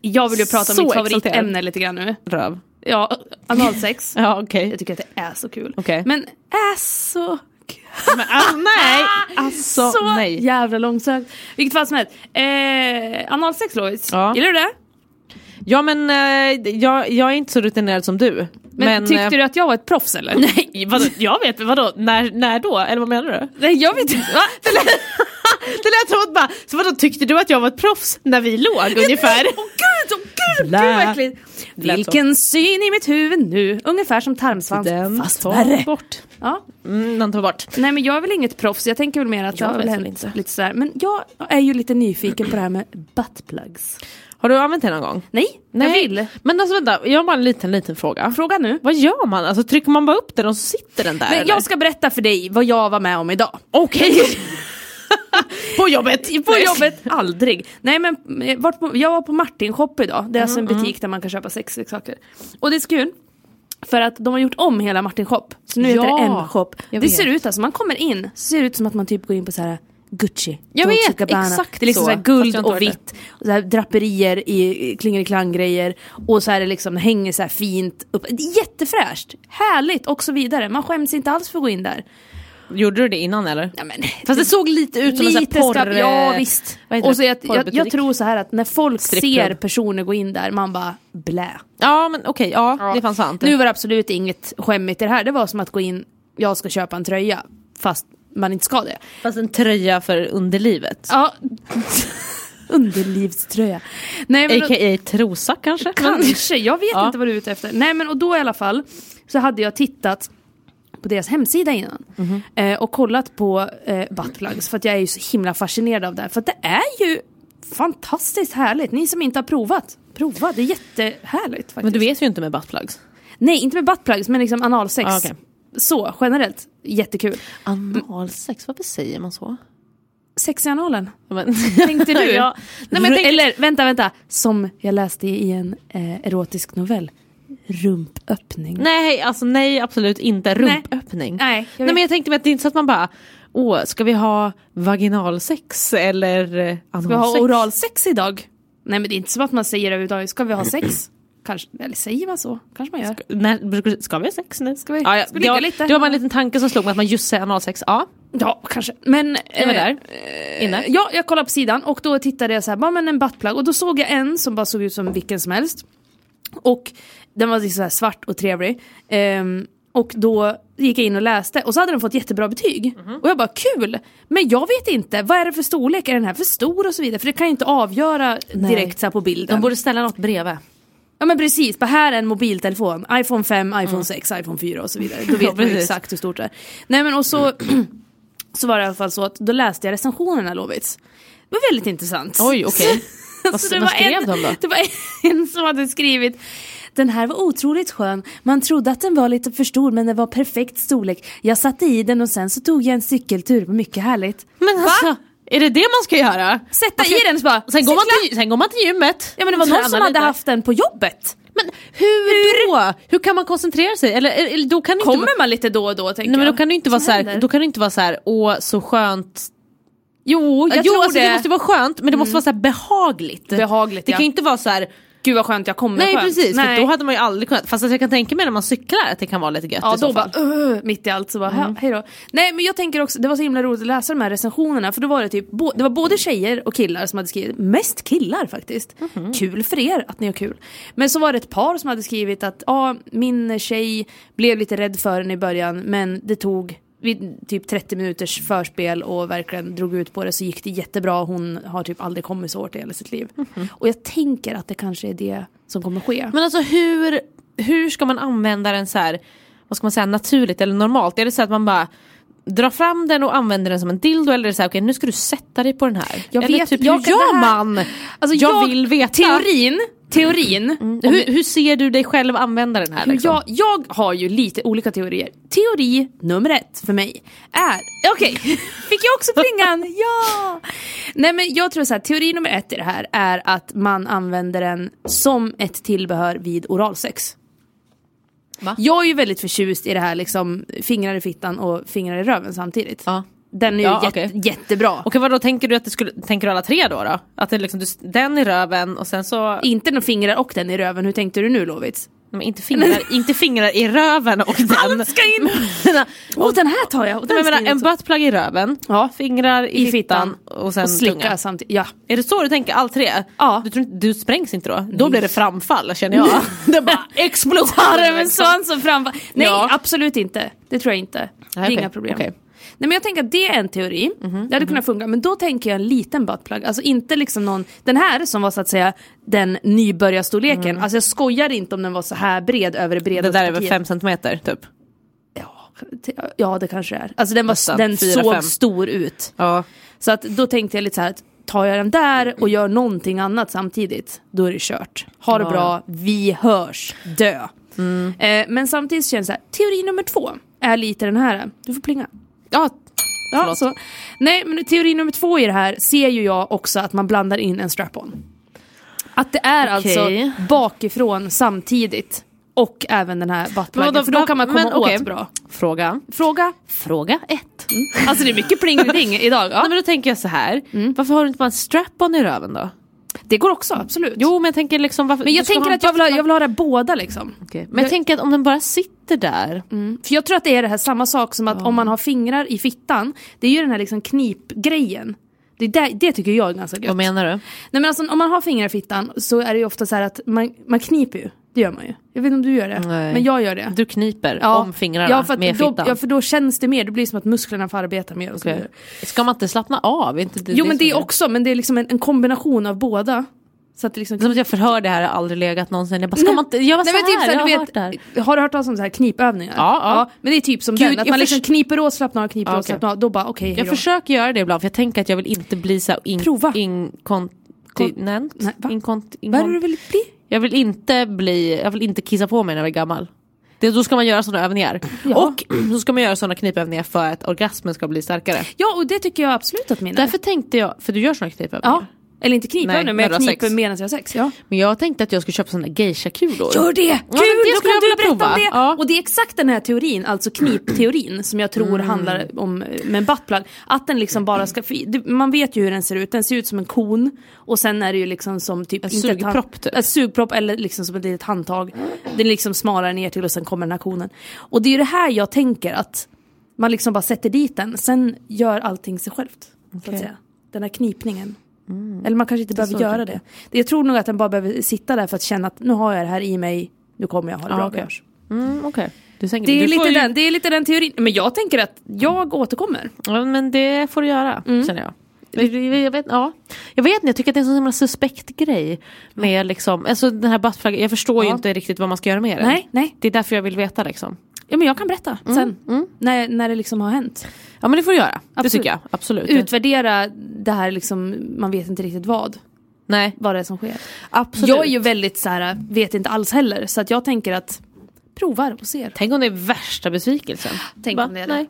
Speaker 1: Jag vill ju prata om
Speaker 2: Så
Speaker 1: mitt
Speaker 2: exalterad.
Speaker 1: favoritämne lite grann nu.
Speaker 2: röv.
Speaker 1: Ja, analsex.
Speaker 2: Ja okej.
Speaker 1: Jag tycker att det är så kul.
Speaker 2: Okej.
Speaker 1: Men är så kul.
Speaker 2: Men, ah, nej, alltså
Speaker 1: så
Speaker 2: nej.
Speaker 1: jävla långsökt. Vilket fall som helst. Eh, analsex Lovis,
Speaker 2: Ja.
Speaker 1: gillar du det?
Speaker 2: Ja men eh, jag, jag är inte så rutinerad som du.
Speaker 1: Men, tyckte
Speaker 2: eh,
Speaker 1: du att jag var ett proffs eller?
Speaker 2: Nej, vadå, jag vet, vadå, när, när då? Eller vad menar du?
Speaker 1: Nej jag vet inte. Va?
Speaker 2: Det lät, det lät som att bara, så vadå tyckte du att jag var ett proffs när vi låg ungefär?
Speaker 1: Åh gud, åh gud,
Speaker 2: Blä.
Speaker 1: gud verkligen.
Speaker 2: Det lät
Speaker 1: Vilken syn i mitt huvud nu. Ungefär som tarmsvans fast värre.
Speaker 2: bort.
Speaker 1: Ja.
Speaker 2: Mm, den tar bort.
Speaker 1: Nej men jag är väl inget proffs, jag tänker väl mer att
Speaker 2: Jag
Speaker 1: jag har väl
Speaker 2: vet väl
Speaker 1: hänt
Speaker 2: inte.
Speaker 1: lite sådär. Men jag är ju lite nyfiken på det här med buttplugs.
Speaker 2: Har du använt den någon gång?
Speaker 1: Nej, jag vill.
Speaker 2: Men alltså vänta, jag har bara en liten liten fråga.
Speaker 1: Fråga nu.
Speaker 2: Vad gör man? Alltså trycker man bara upp den och så sitter den där?
Speaker 1: Men
Speaker 2: eller?
Speaker 1: jag ska berätta för dig vad jag var med om idag.
Speaker 2: Okej! På jobbet!
Speaker 1: På jobbet, aldrig. Nej men eh, vart på, jag var på Martin Shop idag, det är alltså en
Speaker 2: Mm,
Speaker 1: butik där man kan köpa sexleksaker. Och det är så kul. För att de har gjort om hela Martin Shop, så nu heter
Speaker 2: Ja,
Speaker 1: det M-shop.
Speaker 2: jag
Speaker 1: Det
Speaker 2: vet.
Speaker 1: ser ut, alltså man kommer in, så ser det ut som att man typ går in på så här Gucci.
Speaker 2: Jag
Speaker 1: Dolce
Speaker 2: vet,
Speaker 1: Gabbana.
Speaker 2: exakt
Speaker 1: Det är liksom
Speaker 2: så.
Speaker 1: så. här
Speaker 2: Fast
Speaker 1: guld
Speaker 2: jag inte
Speaker 1: och
Speaker 2: har det.
Speaker 1: vitt, och så här draperier i klingeliklang-grejer och så är det liksom, det hänger så här fint upp. Det är jättefräscht, härligt och så vidare. Man skäms inte alls för att gå in där.
Speaker 2: Gjorde du det innan eller?
Speaker 1: Ja, men,
Speaker 2: Fast det såg lite ut som en sån här
Speaker 1: Lite
Speaker 2: porr...
Speaker 1: skap- Ja visst.
Speaker 2: vad heter
Speaker 1: Och så
Speaker 2: det?
Speaker 1: jag, jag, jag
Speaker 2: Porrbutik.
Speaker 1: tror så här att när folk
Speaker 2: Strippklubb.
Speaker 1: ser personer gå in där, man bara blä.
Speaker 2: Ja men okej, ja, det fanns sant.
Speaker 1: Nu var det absolut inget skämmigt i det här, det var som att gå in, jag ska köpa en tröja, fast man inte ska det.
Speaker 2: Fast en tröja för underlivet.
Speaker 1: Ja. Underlivströja. Nej, men,
Speaker 2: A.k.a. trosa kanske?
Speaker 1: Kanske, jag vet
Speaker 2: Ja.
Speaker 1: inte vad du är ute efter. Nej men och då i alla fall så hade jag tittat på deras hemsida innan.
Speaker 2: Mhm.
Speaker 1: Eh, och kollat på eh, buttplugs för att jag är ju så himla fascinerad av det här. För att det är ju fantastiskt härligt. Ni som inte har provat, prova. Det är jättehärligt faktiskt.
Speaker 2: Men du vet ju inte med buttplugs.
Speaker 1: Nej, inte med buttplugs men liksom analsex.
Speaker 2: Ah, okej.
Speaker 1: Så, generellt. Jättekul.
Speaker 2: Analsex, varför säger man så?
Speaker 1: Sex i analen.
Speaker 2: Men,
Speaker 1: Tänkte du?
Speaker 2: Ja.
Speaker 1: Nej, men
Speaker 2: Ru-
Speaker 1: tänk... Eller vänta, vänta. Som jag läste i en eh, erotisk novell. Rumpöppning.
Speaker 2: nej, alltså nej absolut inte. Rumpöppning.
Speaker 1: Nej, jag
Speaker 2: nej
Speaker 1: vet.
Speaker 2: men jag tänkte mig att det är inte så att man bara Åh, ska vi ha vaginalsex eller eh, analsex?
Speaker 1: Ska vi ha oralsex idag? Nej men det är inte som att man säger överhuvudtaget, ska vi ha sex? Kanske, eller säger man så? Kanske man gör.
Speaker 2: Nej, brukar- ska vi ha sex nu?
Speaker 1: Ska vi-
Speaker 2: ja, ja.
Speaker 1: ska vi ligga
Speaker 2: det, var-
Speaker 1: lite?
Speaker 2: Det var bara en liten tanke som slog mig att man just säger analsex. Ja,
Speaker 1: Ja, kanske. Men...
Speaker 2: det var där.
Speaker 1: Inne. Eh, Ja, jag kollade på sidan och då tittade jag så här, bara men en buttplug och då såg jag en som bara såg ut som vilken som helst. Och den var liksom så här svart och trevlig. Ehm, och då gick jag in och läste och så hade den fått jättebra betyg.
Speaker 2: Mhm.
Speaker 1: Och jag bara kul! Men jag vet inte, vad är det för storlek? Är den här för stor och så vidare? För det kan jag inte avgöra direkt så här på bilden.
Speaker 2: De borde ställa något bredvid.
Speaker 1: Ja men precis, bara här är en mobiltelefon. iPhone 5, iPhone 6, iPhone 4 och så vidare. Då
Speaker 2: Ja,
Speaker 1: vet man ju
Speaker 2: precis.
Speaker 1: exakt hur stort det är. Nej men och så, så var det i alla fall så att då läste jag recensionerna Lovits. Det var väldigt intressant.
Speaker 2: Oj, okej.
Speaker 1: Så
Speaker 2: Vad,
Speaker 1: det
Speaker 2: vad
Speaker 1: var
Speaker 2: skrev
Speaker 1: en,
Speaker 2: de då?
Speaker 1: Det var en som hade skrivit den här var otroligt skön. Man trodde att den var lite för stor men den var perfekt storlek. Jag satte i den och sen så tog jag en cykeltur. Mycket härligt.
Speaker 2: Men alltså, är det det man ska göra?
Speaker 1: Sätta i den så bara,
Speaker 2: Sen går, man
Speaker 1: cykla.
Speaker 2: till, sen går man till gymmet.
Speaker 1: Ja men det var någon
Speaker 2: Tränar
Speaker 1: som hade
Speaker 2: lite.
Speaker 1: haft den på jobbet.
Speaker 2: Men hur, då? Hur kan man koncentrera sig? Eller, eller då kan det inte vara-
Speaker 1: Kommer man lite då och då tänker
Speaker 2: Nej men då
Speaker 1: jag.
Speaker 2: kan det inte vara
Speaker 1: Som
Speaker 2: så här,
Speaker 1: händer.
Speaker 2: då kan det inte vara så här, åh så skönt.
Speaker 1: Jo, jag
Speaker 2: jo
Speaker 1: tror
Speaker 2: alltså,
Speaker 1: det. Mm.
Speaker 2: det. måste vara skönt men det måste vara så här behagligt.
Speaker 1: Behagligt,
Speaker 2: Det
Speaker 1: ja.
Speaker 2: kan ju inte vara så här,
Speaker 1: Gud vad skönt jag kommer
Speaker 2: nej
Speaker 1: skönt.
Speaker 2: precis
Speaker 1: Nej.
Speaker 2: för då hade man ju aldrig kunnat, fast alltså, jag kan tänka mig när man cyklar att det kan vara lite gött
Speaker 1: Ja
Speaker 2: i så
Speaker 1: då
Speaker 2: fall. Mm.
Speaker 1: bara "Ugh", mitt i allt så bara "Ja, hej då. Nej men jag tänker också, det var så himla roligt att läsa de här recensionerna för då var det typ, bo, det var både tjejer och killar som hade skrivit, mest killar faktiskt.
Speaker 2: Mhm.
Speaker 1: Kul för er att ni har kul. Men så var det ett par som hade skrivit att ja min tjej blev lite rädd för den i början men det tog vid typ 30 minuters förspel och verkligen drog ut på det så gick det jättebra. Hon har typ aldrig kommit så hårt i hela sitt liv.
Speaker 2: Mhm.
Speaker 1: Och jag tänker att det kanske är det som kommer ske.
Speaker 2: Men alltså hur, hur ska man använda den så här, vad ska man säga, naturligt eller normalt? Är det så att man bara drar fram den och använder den som en dildo eller är det så här, okej nu ska du sätta dig på den här?
Speaker 1: Jag
Speaker 2: eller
Speaker 1: vet-
Speaker 2: typ,
Speaker 1: jag
Speaker 2: hur
Speaker 1: kan-
Speaker 2: gör
Speaker 1: det här-
Speaker 2: man?
Speaker 1: Alltså,
Speaker 2: jag, vill veta.
Speaker 1: Teorin, teorin. om
Speaker 2: Hur, hur ser du dig själv använda den här?
Speaker 1: hur
Speaker 2: Liksom?
Speaker 1: jag, Mm. jag har ju lite olika teorier. Teori nummer ett för mig är... Okej, fick jag också plingan? ja! Nej men jag tror så här, teori nummer ett i det här är att man använder den som ett tillbehör vid oralsex.
Speaker 2: Va?
Speaker 1: Jag är ju väldigt förtjust i det här liksom fingrar i fittan och fingrar i röven samtidigt.
Speaker 2: Ja.
Speaker 1: Den är ju
Speaker 2: Ja,
Speaker 1: jätte,
Speaker 2: okej.
Speaker 1: jättebra.
Speaker 2: Okej vadå, tänker du att det skulle, tänker du alla tre då? då? Att det liksom, du, den i röven och sen så,
Speaker 1: inte några fingrar och den i röven, hur tänkte du nu Lovits?
Speaker 2: men inte fingrar, inte fingrar i röven och den.
Speaker 1: Allt ska in! Åh den här tar jag! Och den ska in
Speaker 2: Nej, men jag menar, en
Speaker 1: också.
Speaker 2: buttplug i röven,
Speaker 1: Ja.
Speaker 2: fingrar i, fittan, och sen tunga.
Speaker 1: slicka samtidigt. Ja.
Speaker 2: Är det så du tänker all tre?
Speaker 1: Ja.
Speaker 2: Du, tror, inte- du sprängs inte då? Då blir det framfall känner jag. det bara exploderar.
Speaker 1: Armen Svansson framför... Nej
Speaker 2: Ja.
Speaker 1: absolut inte, det tror jag inte. Det är
Speaker 2: Nej, okej.
Speaker 1: inga problem.
Speaker 2: Okej. Mhm,
Speaker 1: Nej men jag tänker att det är en teori, det hade kunnat funka. Men då tänker jag en liten buttplug, alltså inte liksom någon, den här som var så att säga den nybörjarstorleken. Alltså jag skojar inte om den var så här bred över det
Speaker 2: Mm. Det
Speaker 1: bredaste
Speaker 2: där är väl
Speaker 1: partiet.
Speaker 2: fem centimeter typ?
Speaker 1: Ja, ja det kanske är. Alltså den, var,
Speaker 2: Nästan.
Speaker 1: den
Speaker 2: Fyra,
Speaker 1: såg
Speaker 2: fem.
Speaker 1: stor ut.
Speaker 2: Ja.
Speaker 1: Så att då tänkte jag lite så här att tar jag den där och gör någonting annat samtidigt, då är det kört. Ha det
Speaker 2: Ja. Mm.
Speaker 1: bra, vi hörs, dö. Eh, men samtidigt känns det så här, teori nummer två är lite den här, du får plinga.
Speaker 2: ja.
Speaker 1: Ja,
Speaker 2: Förlåt.
Speaker 1: så. Nej men teori nummer två i det här ser ju jag också att man blandar in en strap-on. Att det är
Speaker 2: Okej.
Speaker 1: alltså bakifrån samtidigt och även den här buttpluggen, för då kan man komma
Speaker 2: men okej.
Speaker 1: åt bra.
Speaker 2: Fråga.
Speaker 1: Fråga?
Speaker 2: Fråga ett.
Speaker 1: Alltså det är mycket pling-ding idag. Ja.
Speaker 2: Mm. Nej, men då tänker jag så här. varför har du inte bara en strap-on i röven då?
Speaker 1: Det går också, absolut.
Speaker 2: Jo men jag tänker liksom varför...
Speaker 1: Men
Speaker 2: du
Speaker 1: jag
Speaker 2: ska
Speaker 1: tänker
Speaker 2: ha en
Speaker 1: att jag vill, ha,
Speaker 2: buttplug-
Speaker 1: jag vill ha det här båda liksom.
Speaker 2: Okej. Men jag tänker att om den bara sitter där.
Speaker 1: För jag tror att det är det här samma sak som att om man har fingrar i fittan, det är ju den här liksom knipgrejen. Det, är där, det tycker jag är ganska gött.
Speaker 2: Vad menar du?
Speaker 1: Nej men alltså om man har fingrar i fittan så är det ju ofta så här att man, man kniper ju. Det gör man ju. Jag vet inte om du gör det.
Speaker 2: Nej.
Speaker 1: Men jag gör det.
Speaker 2: Du kniper om fingrarna
Speaker 1: ja, för att
Speaker 2: med
Speaker 1: då,
Speaker 2: fittan.
Speaker 1: Ja, för då känns det mer. Det blir som att musklerna får arbeta mer. Och så
Speaker 2: Okej.
Speaker 1: vidare.
Speaker 2: Ska man inte slappna av? Är Inte det
Speaker 1: Jo men det är
Speaker 2: som
Speaker 1: också, men det är liksom en, en kombination av båda. Så att det liksom...
Speaker 2: Som att jag förhör det här, jag har aldrig legat någonsin. Jag bara, ska man inte, jag var så
Speaker 1: men såhär,
Speaker 2: här, jag har
Speaker 1: du
Speaker 2: hört det här.
Speaker 1: Har du hört talas om så här knipövningar?
Speaker 2: Ja, ja.
Speaker 1: men det är typ som
Speaker 2: Gud,
Speaker 1: den, att
Speaker 2: jag
Speaker 1: man liksom
Speaker 2: förs-
Speaker 1: kniper åt, slappnar av, kniper
Speaker 2: Ja,
Speaker 1: åt,
Speaker 2: okej.
Speaker 1: slappnar av. Då bara okej,
Speaker 2: Jag
Speaker 1: hejdå.
Speaker 2: försöker göra det ibland för jag tänker att jag vill inte bli så här in-
Speaker 1: Prova.
Speaker 2: inkontinent.
Speaker 1: Nej, va?
Speaker 2: Inkont-
Speaker 1: Vad är det du
Speaker 2: inkont-
Speaker 1: vill bli?
Speaker 2: jag vill inte bli, jag vill inte kissa på mig när jag är gammal. Det, då ska man göra sådana övningar.
Speaker 1: Ja.
Speaker 2: Och så ska man göra sådana knipövningar för att orgasmen ska bli starkare.
Speaker 1: Ja och det tycker jag absolut att min är.
Speaker 2: Därför tänkte jag, för du gör sådana knipövningar.
Speaker 1: Ja. Eller inte
Speaker 2: Nej,
Speaker 1: knipövningar,
Speaker 2: när
Speaker 1: men
Speaker 2: du har
Speaker 1: jag kniper
Speaker 2: sex.
Speaker 1: medan jag har sex. Ja.
Speaker 2: Men jag tänkte att jag skulle köpa sådana geisha-kulor.
Speaker 1: Gör det!
Speaker 2: men
Speaker 1: Kul!
Speaker 2: det
Speaker 1: då
Speaker 2: skulle
Speaker 1: kan
Speaker 2: jag
Speaker 1: du
Speaker 2: vilja
Speaker 1: berätta
Speaker 2: prova.
Speaker 1: om det!
Speaker 2: Ja.
Speaker 1: Och det är exakt den här teorin, alltså knipteorin, som jag tror
Speaker 2: Mm.
Speaker 1: handlar om eh, med en buttplug. Att den liksom bara ska... fi- du- Man vet ju hur den ser ut, den ser ut som en kon och sen är det ju liksom som typ... inte ett hand-
Speaker 2: sugpropp, typ.
Speaker 1: En sugpropp eller liksom som ett litet handtag. Den är liksom smalare ner till och sen kommer den här konen. Och det är ju det här jag tänker att man liksom bara sätter dit den, sen gör allting sig självt. Så
Speaker 2: Okej. Mm.
Speaker 1: att säga. Den här knipningen. Eller man kanske inte behöver
Speaker 2: så typ. jag
Speaker 1: göra det. det. Jag tror nog att den bara behöver sitta där för att känna att nu har jag det här i mig, nu kommer jag ha det
Speaker 2: Ja,
Speaker 1: bra.
Speaker 2: okej.
Speaker 1: Björn.
Speaker 2: Mm, okej. Du tänker,
Speaker 1: Det, är
Speaker 2: du får
Speaker 1: lite
Speaker 2: ju-
Speaker 1: den, det är lite den teorin. Men jag tänker att jag återkommer.
Speaker 2: Ja, men det får du göra,
Speaker 1: Mm.
Speaker 2: känner jag. Vi- vi- Jag vet, ja. jag vet inte, jag tycker att det är en sån himla suspekt grej. Med liksom, alltså den här buttpluggen, jag förstår ju
Speaker 1: Ja.
Speaker 2: inte riktigt vad man ska göra med den.
Speaker 1: Nej, nej.
Speaker 2: Det är därför jag vill veta liksom.
Speaker 1: Ja, men jag kan berätta
Speaker 2: Mm,
Speaker 1: sen. När, när det liksom har hänt.
Speaker 2: Ja men det får du göra, det
Speaker 1: Absolut.
Speaker 2: tycker jag. Absolut.
Speaker 1: Utvärdera det här liksom, man vet inte riktigt vad.
Speaker 2: Nej,
Speaker 1: Vad det är som sker.
Speaker 2: absolut.
Speaker 1: Jag är ju väldigt så här, vet inte alls heller. Så att jag tänker att provar och ser.
Speaker 2: Tänk om det är värsta besvikelsen.
Speaker 1: Tänk om det är det.
Speaker 2: Nej.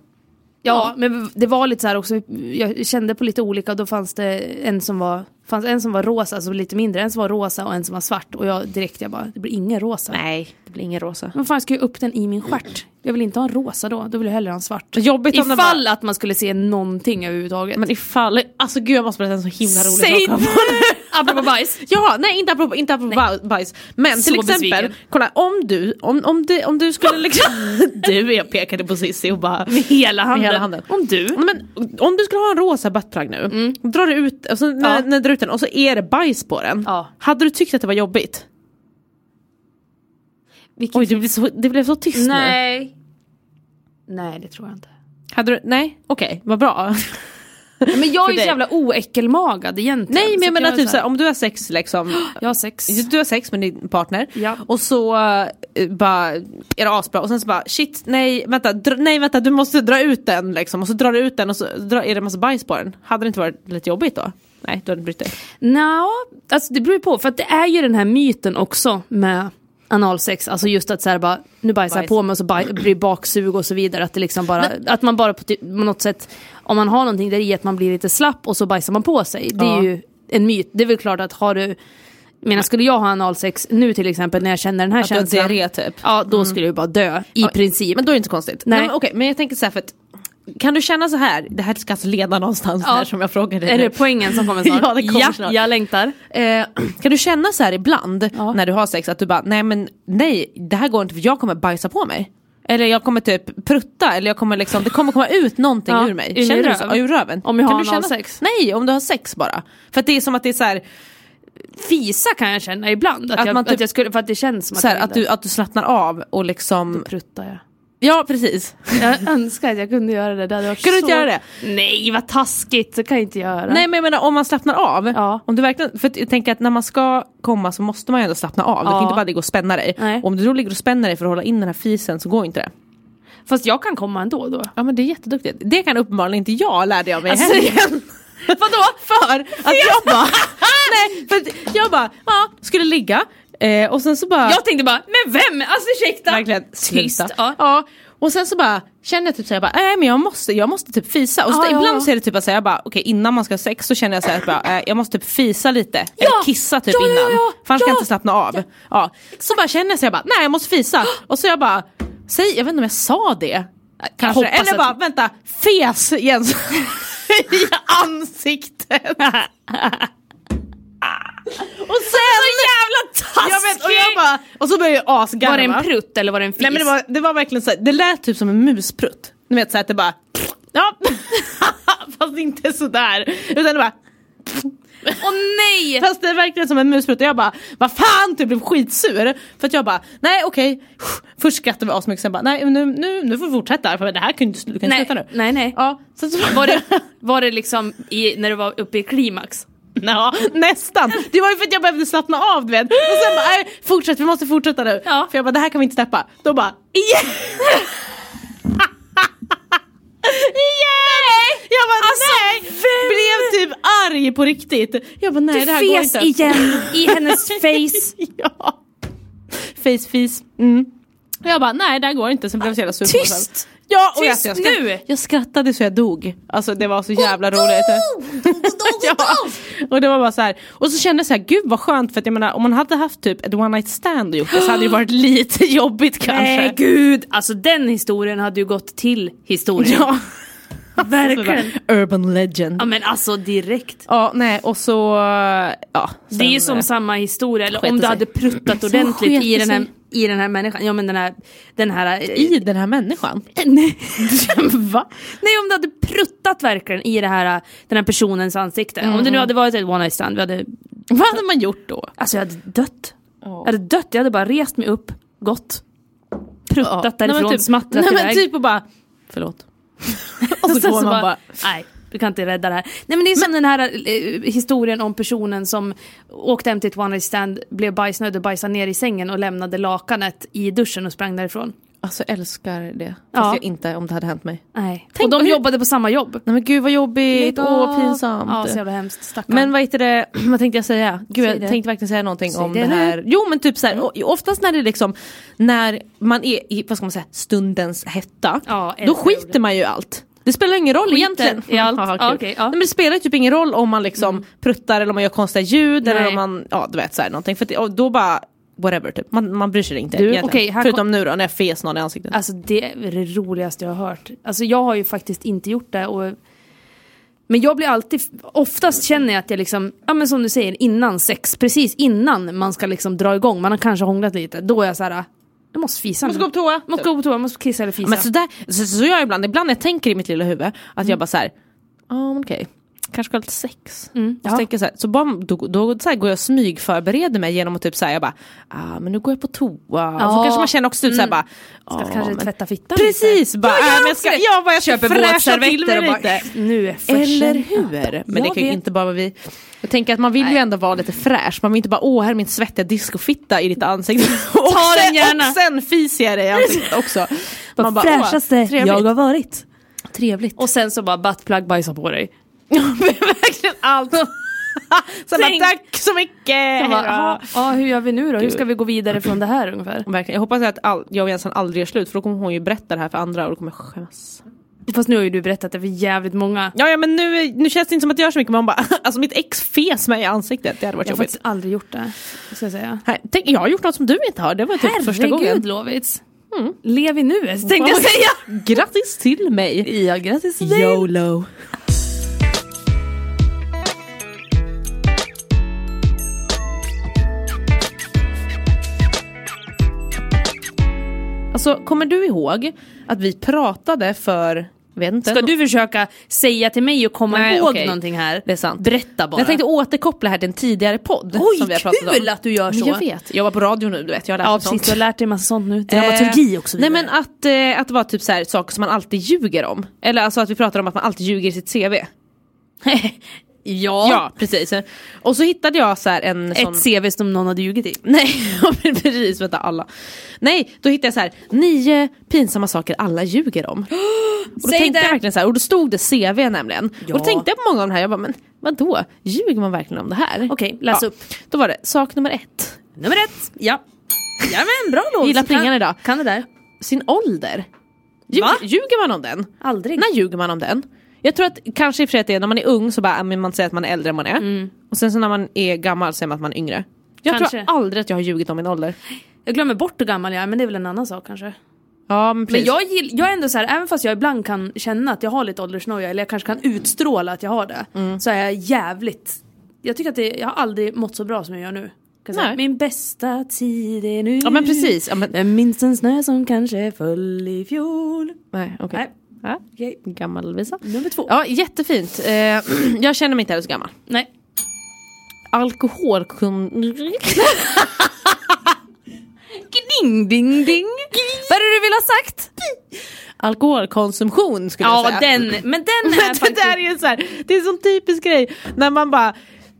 Speaker 1: Ja, men det var lite så här också, jag kände på lite olika och då fanns det en som var, fanns en som var rosa, alltså lite mindre, en som var rosa och en som var svart och jag direkt jag bara, det blir ingen rosa.
Speaker 2: Nej, det blir ingen rosa.
Speaker 1: Men fan ska jag upp den i min stjärt? Jag vill inte ha en rosa då, då vill jag hellre ha en svart.
Speaker 2: Jobbigt om den
Speaker 1: Ifall att man skulle se någonting överhuvudtaget.
Speaker 2: Men ifall, alltså gud jag måste berätta en så himla rolig
Speaker 1: Säg
Speaker 2: sak.
Speaker 1: det! Apropå bajs.
Speaker 2: Ja, nej inte apropå, inte apropå ba- bajs. Men
Speaker 1: Så
Speaker 2: till exempel,
Speaker 1: besviken.
Speaker 2: kolla om du, om, om du, om du skulle liksom... du, jag pekade på Cissi och bara...
Speaker 1: Med hela handen.
Speaker 2: Med hela handen.
Speaker 1: Om du.
Speaker 2: Men om du skulle ha en rosa buttplug nu, drar du ut, alltså, när,
Speaker 1: Ja.
Speaker 2: när du drar ut den och så är det bajs på den.
Speaker 1: Ja.
Speaker 2: Hade du tyckt att det var jobbigt?
Speaker 1: Vilket-
Speaker 2: Oj, det blev så, det blev så tyst nu.
Speaker 1: Nej. Nej, det tror jag inte.
Speaker 2: Hade du, nej, okej, vad bra.
Speaker 1: Men jag
Speaker 2: För
Speaker 1: är ju så
Speaker 2: dig.
Speaker 1: jävla oäckelmagad egentligen.
Speaker 2: nej, men
Speaker 1: Så
Speaker 2: jag menar
Speaker 1: kan
Speaker 2: typ
Speaker 1: så här-
Speaker 2: såhär, om du har sex liksom,
Speaker 1: Jag har sex.
Speaker 2: Du har sex med din partner
Speaker 1: Ja.
Speaker 2: och så eh, bara är det asbra och sen så bara shit nej vänta, dra, nej vänta du måste dra ut den liksom och så drar du ut den och så dra, är det massa bajs på den. Hade det inte varit lite jobbigt då? Nej du hade brytt dig.
Speaker 1: Nja, alltså det beror ju på. För att det är ju den här myten också med analsex. Alltså just att så här bara, nu bajsar
Speaker 2: Bajs.
Speaker 1: jag på mig och så baj, blir baksug och så vidare. Att, det liksom bara, att man bara på, typ, på något sätt, om man har någonting där i att man blir lite slapp och så bajsar man på sig. Det är
Speaker 2: Ja.
Speaker 1: ju en myt. Det är väl klart att har du, jag menar skulle jag ha analsex nu till exempel när jag känner den här
Speaker 2: Att du har
Speaker 1: känslan.
Speaker 2: diarré typ.
Speaker 1: Ja, då skulle jag ju bara dö i princip.
Speaker 2: Men då är det inte konstigt.
Speaker 1: Nej.
Speaker 2: Nej. men, okej men jag tänker så här för att kan du känna så här, det här ska alltså leda någonstans
Speaker 1: Ja.
Speaker 2: här som jag frågar dig
Speaker 1: är
Speaker 2: nu.
Speaker 1: det poängen som kommer snart?
Speaker 2: Ja, det kommer
Speaker 1: ja,
Speaker 2: snart.
Speaker 1: jag längtar.
Speaker 2: Eh, kan du känna så här ibland
Speaker 1: Ja.
Speaker 2: när du har sex att du bara nej men nej det här går inte för jag kommer bajsa på mig. Eller jag kommer typ prutta eller jag kommer liksom, det kommer komma ut någonting
Speaker 1: Ja,
Speaker 2: ur mig.
Speaker 1: ur min
Speaker 2: Känner du
Speaker 1: röv.
Speaker 2: så? Ja, ur röven.
Speaker 1: Om jag har
Speaker 2: du känna-
Speaker 1: analsex?
Speaker 2: Nej om du har sex bara. För att det är som att det är så här,
Speaker 1: Fisa kan jag känna ibland. Att,
Speaker 2: Att
Speaker 1: jag,
Speaker 2: man typ-
Speaker 1: att jag skulle, för att det känns som
Speaker 2: så här
Speaker 1: jag
Speaker 2: att,
Speaker 1: vill
Speaker 2: du, att du slappnar av och liksom.
Speaker 1: det. pruttar jag.
Speaker 2: Ja precis.
Speaker 1: Jag önskar att jag kunde göra det. det hade varit
Speaker 2: Kan du
Speaker 1: så...
Speaker 2: inte göra det?
Speaker 1: Nej, vad taskigt. Det kan jag inte göra.
Speaker 2: Nej men jag menar om man slappnar av.
Speaker 1: Ja.
Speaker 2: Om du verkligen, för att jag tänker att när man ska komma så måste man ju ändå slappna av. Du
Speaker 1: Ja.
Speaker 2: kan inte bara ligga och spänna dig.
Speaker 1: Nej.
Speaker 2: Och om du då ligger och spänner dig för att hålla in den här fisen så går ju inte det.
Speaker 1: Fast jag kan komma ändå då.
Speaker 2: Ja men det är jätteduktigt. Det kan uppenbarligen inte jag lärde jag mig i
Speaker 1: Alltså,
Speaker 2: helgen. Vadå? För att jag bara, nej, för att jag bara, ja, skulle ligga eh, och sen så bara,
Speaker 1: Jag tänkte bara, men vem? Alltså ursäkta!
Speaker 2: verkligen
Speaker 1: Tyst.
Speaker 2: sluta.
Speaker 1: Ja.
Speaker 2: Ja. Och sen så bara känner jag typ såhär, bara, nej men jag måste, jag måste typ fisa. Och så
Speaker 1: Ja, ja,
Speaker 2: ibland
Speaker 1: ja.
Speaker 2: så är det typ att säga, jag bara, okej innan man ska ha sex så känner jag såhär, bara, eh, jag måste typ fisa lite. Eller kissa typ
Speaker 1: Ja, ja,
Speaker 2: innan.
Speaker 1: ja,
Speaker 2: För annars
Speaker 1: ja.
Speaker 2: kan jag inte slappna av. Ja. Så bara känner jag såhär, bara, nej jag måste fisa. Och så jag bara, säg, jag vet inte om jag sa det. Kanske.
Speaker 1: hoppas
Speaker 2: Eller
Speaker 1: att-
Speaker 2: bara, vänta, fes Jens i ansiktet. Och sen... Så jävla taskigt! Jag vet, och, jag bara, och så började jag asgarva.
Speaker 1: Var det en prutt eller var det en fis?
Speaker 2: Nej men det var, det var verkligen såhär, det lät typ som en musprutt. Ni vet såhär att det bara... Ja. Fast inte sådär. Utan det bara...
Speaker 1: Åh nej!
Speaker 2: Fast det verkligen som en muspruta, jag bara vad fan typ blev skitsur För att jag bara nej okej Först skrattade vi asmycket sen bara nej nu, nu, nu får vi fortsätta för det här kan ju inte, du kan inte
Speaker 1: Nej,
Speaker 2: sluta nu
Speaker 1: nej, nej.
Speaker 2: Ja, så, så
Speaker 1: Var det, var det liksom i, när du var uppe i klimax?
Speaker 2: Ja, nästan. Det var ju för att jag behövde slappna av du vet. Och sen bara, nej, fortsätt vi måste fortsätta nu.
Speaker 1: Ja.
Speaker 2: För jag bara, det här kan vi inte släppa. Då bara, igen! igen! Jag bara,
Speaker 1: Alltså,
Speaker 2: nej!
Speaker 1: vem-
Speaker 2: Blev typ arg på riktigt. Jag bara, nej det här går inte.
Speaker 1: igen i hennes face.
Speaker 2: ja. Face, face. Mm. Och Jag bara, nej det här går inte. Sen blev jag så jävla sur på mig själv.
Speaker 1: Tyst!
Speaker 2: Ja, och
Speaker 1: Tyst
Speaker 2: jag, jag, skratt,
Speaker 1: nu!
Speaker 2: jag skrattade så jag dog. Alltså det var så jävla roligt. ja. Och det var bara så här. Och så kände jag så här, gud vad skönt för att jag menar om man hade haft typ ett one night stand och gjort det så hade det varit lite jobbigt kanske.
Speaker 1: Nej gud, alltså den historien hade ju gått till historien.
Speaker 2: Ja.
Speaker 1: verkligen.
Speaker 2: Urban legend.
Speaker 1: Ja men alltså direkt.
Speaker 2: Ja, nej och så, ja. Sen,
Speaker 1: Det är ju som
Speaker 2: eh,
Speaker 1: samma historia, eller
Speaker 2: sket
Speaker 1: om
Speaker 2: det
Speaker 1: du
Speaker 2: sig.
Speaker 1: hade pruttat
Speaker 2: sket
Speaker 1: ordentligt i
Speaker 2: det
Speaker 1: den, här,
Speaker 2: sig.
Speaker 1: i den här människan, ja men den här, den här eh,
Speaker 2: i den här människan.
Speaker 1: Nej.
Speaker 2: Va?
Speaker 1: Nej om du hade pruttat verkligen i det här, eh, den här personens ansikte. Om det nu hade varit ett one night stand, vi hade,
Speaker 2: Vad hade man gjort då?
Speaker 1: alltså jag hade dött. Jag hade dött, jag hade bara rest mig upp, gått. Pruttat därifrån,
Speaker 2: nej, men typ,
Speaker 1: smattrat
Speaker 2: Nej men
Speaker 1: iväg.
Speaker 2: typ och bara, förlåt. och så
Speaker 1: Och sen
Speaker 2: går
Speaker 1: så
Speaker 2: man bara,
Speaker 1: nej du kan inte rädda det här. Nej men det är som den här eh, historien om personen som åkte hem till ett one night stand, blev bajsnödig och bajsade ner i sängen och lämnade lakanet i duschen och sprang därifrån.
Speaker 2: alltså älskar det. Fast
Speaker 1: Ja.
Speaker 2: jag inte om det hade hänt mig.
Speaker 1: Nej.
Speaker 2: Tänk
Speaker 1: och de
Speaker 2: på hur-
Speaker 1: jobbade på samma jobb.
Speaker 2: Nej men gud vad jobbigt,
Speaker 1: Lägg
Speaker 2: åh
Speaker 1: av.
Speaker 2: pinsamt.
Speaker 1: Ja, så jävla hemskt. Stackarn.
Speaker 2: Men vad heter det, vad tänkte jag säga? Gud
Speaker 1: Säg
Speaker 2: jag
Speaker 1: det.
Speaker 2: tänkte verkligen säga någonting
Speaker 1: Säg
Speaker 2: om
Speaker 1: det Mm.
Speaker 2: det, här. Jo men typ såhär, o- oftast när det är liksom, när man är i, vad ska man säga, stundens hetta.
Speaker 1: Ja,
Speaker 2: då
Speaker 1: älskar
Speaker 2: skiter man ju i allt. Det spelar ingen roll egentligen.
Speaker 1: i allt.
Speaker 2: Haha,
Speaker 1: Ja,
Speaker 2: kul.
Speaker 1: okej, ja. Mm.
Speaker 2: Nej, men det spelar typ ingen roll om man liksom pruttar eller om man gör konstiga ljud eller
Speaker 1: Nej.
Speaker 2: om man, ja du vet såhär någonting. För att, det- och då bara, whatever typ. Man, man bryr sig inte
Speaker 1: Du,
Speaker 2: egentligen.
Speaker 1: okej, här
Speaker 2: Förutom nu då när jag fes någon i ansiktet.
Speaker 1: Alltså det är det roligaste jag har hört. Alltså jag har ju faktiskt inte gjort det och men jag blir alltid, oftast känner jag att jag liksom, ja men som du säger innan sex, precis innan man ska liksom dra igång, man har kanske hånglat lite, då är jag så här, jag måste fisa
Speaker 2: Måste gå på toa.
Speaker 1: Måste gå på toa, måste kissa eller fisa.
Speaker 2: Men så, där, så, så gör jag ibland, ibland när jag tänker i mitt lilla huvud att
Speaker 1: Mm.
Speaker 2: jag bara såhär, ja men okej, kanske ska ha lite sex. och
Speaker 1: Mm, ja.
Speaker 2: så tänker jag så, här, så bara, då, då så här, går jag och smygförbereder mig genom att typ säga jag bara, ah, men nu går jag på toa. Och så kanske man känner också typ såhär bara,
Speaker 1: Mm. Ska
Speaker 2: ah,
Speaker 1: kanske
Speaker 2: men-
Speaker 1: tvätta fittan lite.
Speaker 2: Precis! Bara,
Speaker 1: Ja, jag
Speaker 2: äh, men jag,
Speaker 1: också
Speaker 2: ska,
Speaker 1: det.
Speaker 2: jag, bara, jag ska
Speaker 3: Köper
Speaker 2: fräscha till
Speaker 3: våtservetter
Speaker 2: mig
Speaker 3: och bara-
Speaker 2: lite.
Speaker 1: Nu är fashion.
Speaker 2: Eller hur? Men det
Speaker 1: Jag
Speaker 2: kan ju
Speaker 1: vet.
Speaker 2: inte bara vara vi. Jag tänker att man vill ju ändå vara lite fräsch. Man vill inte bara åh här är min svettiga discofitta i ditt ansikte. och,
Speaker 1: Ta den
Speaker 2: sen,
Speaker 1: gärna.
Speaker 2: och sen fiser jag dig i ansiktet också. Man bara, åh, trevligt.
Speaker 1: varit.
Speaker 2: Trevligt.
Speaker 1: Och sen så bara buttplug bajsar på dig.
Speaker 2: Verkligen allt. Så bara,
Speaker 1: Tänk.
Speaker 2: tack så mycket.
Speaker 1: Jag bara,
Speaker 2: Hej då.
Speaker 1: aha, ja, hur gör vi nu då? Hur ska vi gå vidare från det här ungefär?
Speaker 2: Verkligen. Jag hoppas att all, jag och Jensan aldrig gör slut för då kommer hon ju berätta det här för andra och då kommer jag skämmas.
Speaker 1: Fast nu har ju du berättat det för jävligt många.
Speaker 2: Ja, ja men nu, nu känns det inte som att jag gör så mycket men hon bara alltså mitt ex fes mig i ansiktet. Det hade varit
Speaker 1: Jag har
Speaker 2: jobbigt.
Speaker 1: faktiskt aldrig gjort det, ska jag säga.
Speaker 2: Nej, tänk, jag har gjort något som du inte har. Det var typ första gången.
Speaker 1: Herregud Lovits! Lev i
Speaker 2: Mm.
Speaker 1: nuet tänkte jag
Speaker 2: Oj.
Speaker 1: säga!
Speaker 2: Grattis till mig.
Speaker 1: Ja, grattis till
Speaker 2: YOLO. Alltså kommer du ihåg att vi pratade för, vet inte.
Speaker 1: Ska du försöka säga till mig och komma
Speaker 2: Nej,
Speaker 1: ihåg
Speaker 2: okej.
Speaker 1: någonting här?
Speaker 2: Det är sant.
Speaker 1: Berätta bara.
Speaker 2: Jag tänkte återkoppla här till en tidigare podd
Speaker 1: Oj,
Speaker 2: som vi har pratat om.
Speaker 1: kul att du gör
Speaker 2: Men
Speaker 1: så.
Speaker 2: Jag vet, jag var på radio nu du vet, jag har lärt
Speaker 1: ja,
Speaker 2: mig
Speaker 1: precis,
Speaker 2: sånt.
Speaker 1: du har lärt dig massa sånt nu.
Speaker 2: Eh,
Speaker 1: Dramaturgi och så vidare.
Speaker 2: Nej men att, eh, att det var typ så här, saker som man alltid ljuger om. Eller alltså att vi pratar om att man alltid ljuger i sitt CV.
Speaker 1: ja.
Speaker 2: Ja precis. Och så hittade jag så här en sån...
Speaker 1: Ett CV som någon hade ljugit i.
Speaker 2: Nej precis, vänta alla. Nej, då hittade jag så här nio pinsamma saker alla ljuger om. Och då
Speaker 1: Säg
Speaker 2: tänkte
Speaker 1: det.
Speaker 2: jag verkligen så här, och då stod det CV nämligen. Och då tänkte jag på många av de här, jag bara men vadå, ljuger man verkligen om det här?
Speaker 1: Okej, läs
Speaker 2: ja.
Speaker 1: upp.
Speaker 2: Då var det sak nummer ett,
Speaker 1: Nummer ett. Ja. Jajamän, bra Lovis.
Speaker 2: Gillar
Speaker 1: Du kan-
Speaker 2: plingan idag.
Speaker 1: Kan det där.
Speaker 2: sin ålder. Ljug,
Speaker 1: Va?
Speaker 2: ljuger man om den?
Speaker 1: Aldrig.
Speaker 2: När ljuger man om den? Jag tror att kanske i och för sig att det är när man är ung så bara, äh, men man säger att man är äldre än man är. Och sen så när man är gammal säger man att man är yngre. Jag
Speaker 1: Kanske.
Speaker 2: tror aldrig att jag har ljugit om min ålder.
Speaker 1: Jag glömmer bort hur gammal jag är men det är väl en annan sak kanske.
Speaker 2: Ja men
Speaker 1: Men
Speaker 2: precis.
Speaker 1: jag, gill, jag är ändå så här, även fast jag ibland kan känna att jag har lite åldersnoja eller jag kanske kan utstråla att jag har det. Så är jag jävligt, jag tycker att det, jag har aldrig mått så bra som jag gör nu. Kan jag säga,
Speaker 2: Nej.
Speaker 1: Min bästa tid är nu.
Speaker 2: Ja men precis. Ja, men...
Speaker 1: Vem minns en snö som kanske föll i fjol?
Speaker 2: Nej okej.
Speaker 1: Nej.
Speaker 2: Ja.
Speaker 1: Okej.
Speaker 2: Gammal Lovisa.
Speaker 1: Nummer två.
Speaker 2: Ja jättefint. Eh, jag känner mig inte heller så gammal.
Speaker 1: Nej.
Speaker 2: alkoholkund...
Speaker 1: Ding, ding, ding. Vad är det du vill ha sagt?
Speaker 2: alkoholkonsumtion skulle jag
Speaker 1: Ja,
Speaker 2: säga.
Speaker 1: den. Men den är
Speaker 2: Men det
Speaker 1: faktiskt...
Speaker 2: där är ju så här, det är en sån typisk grej när man bara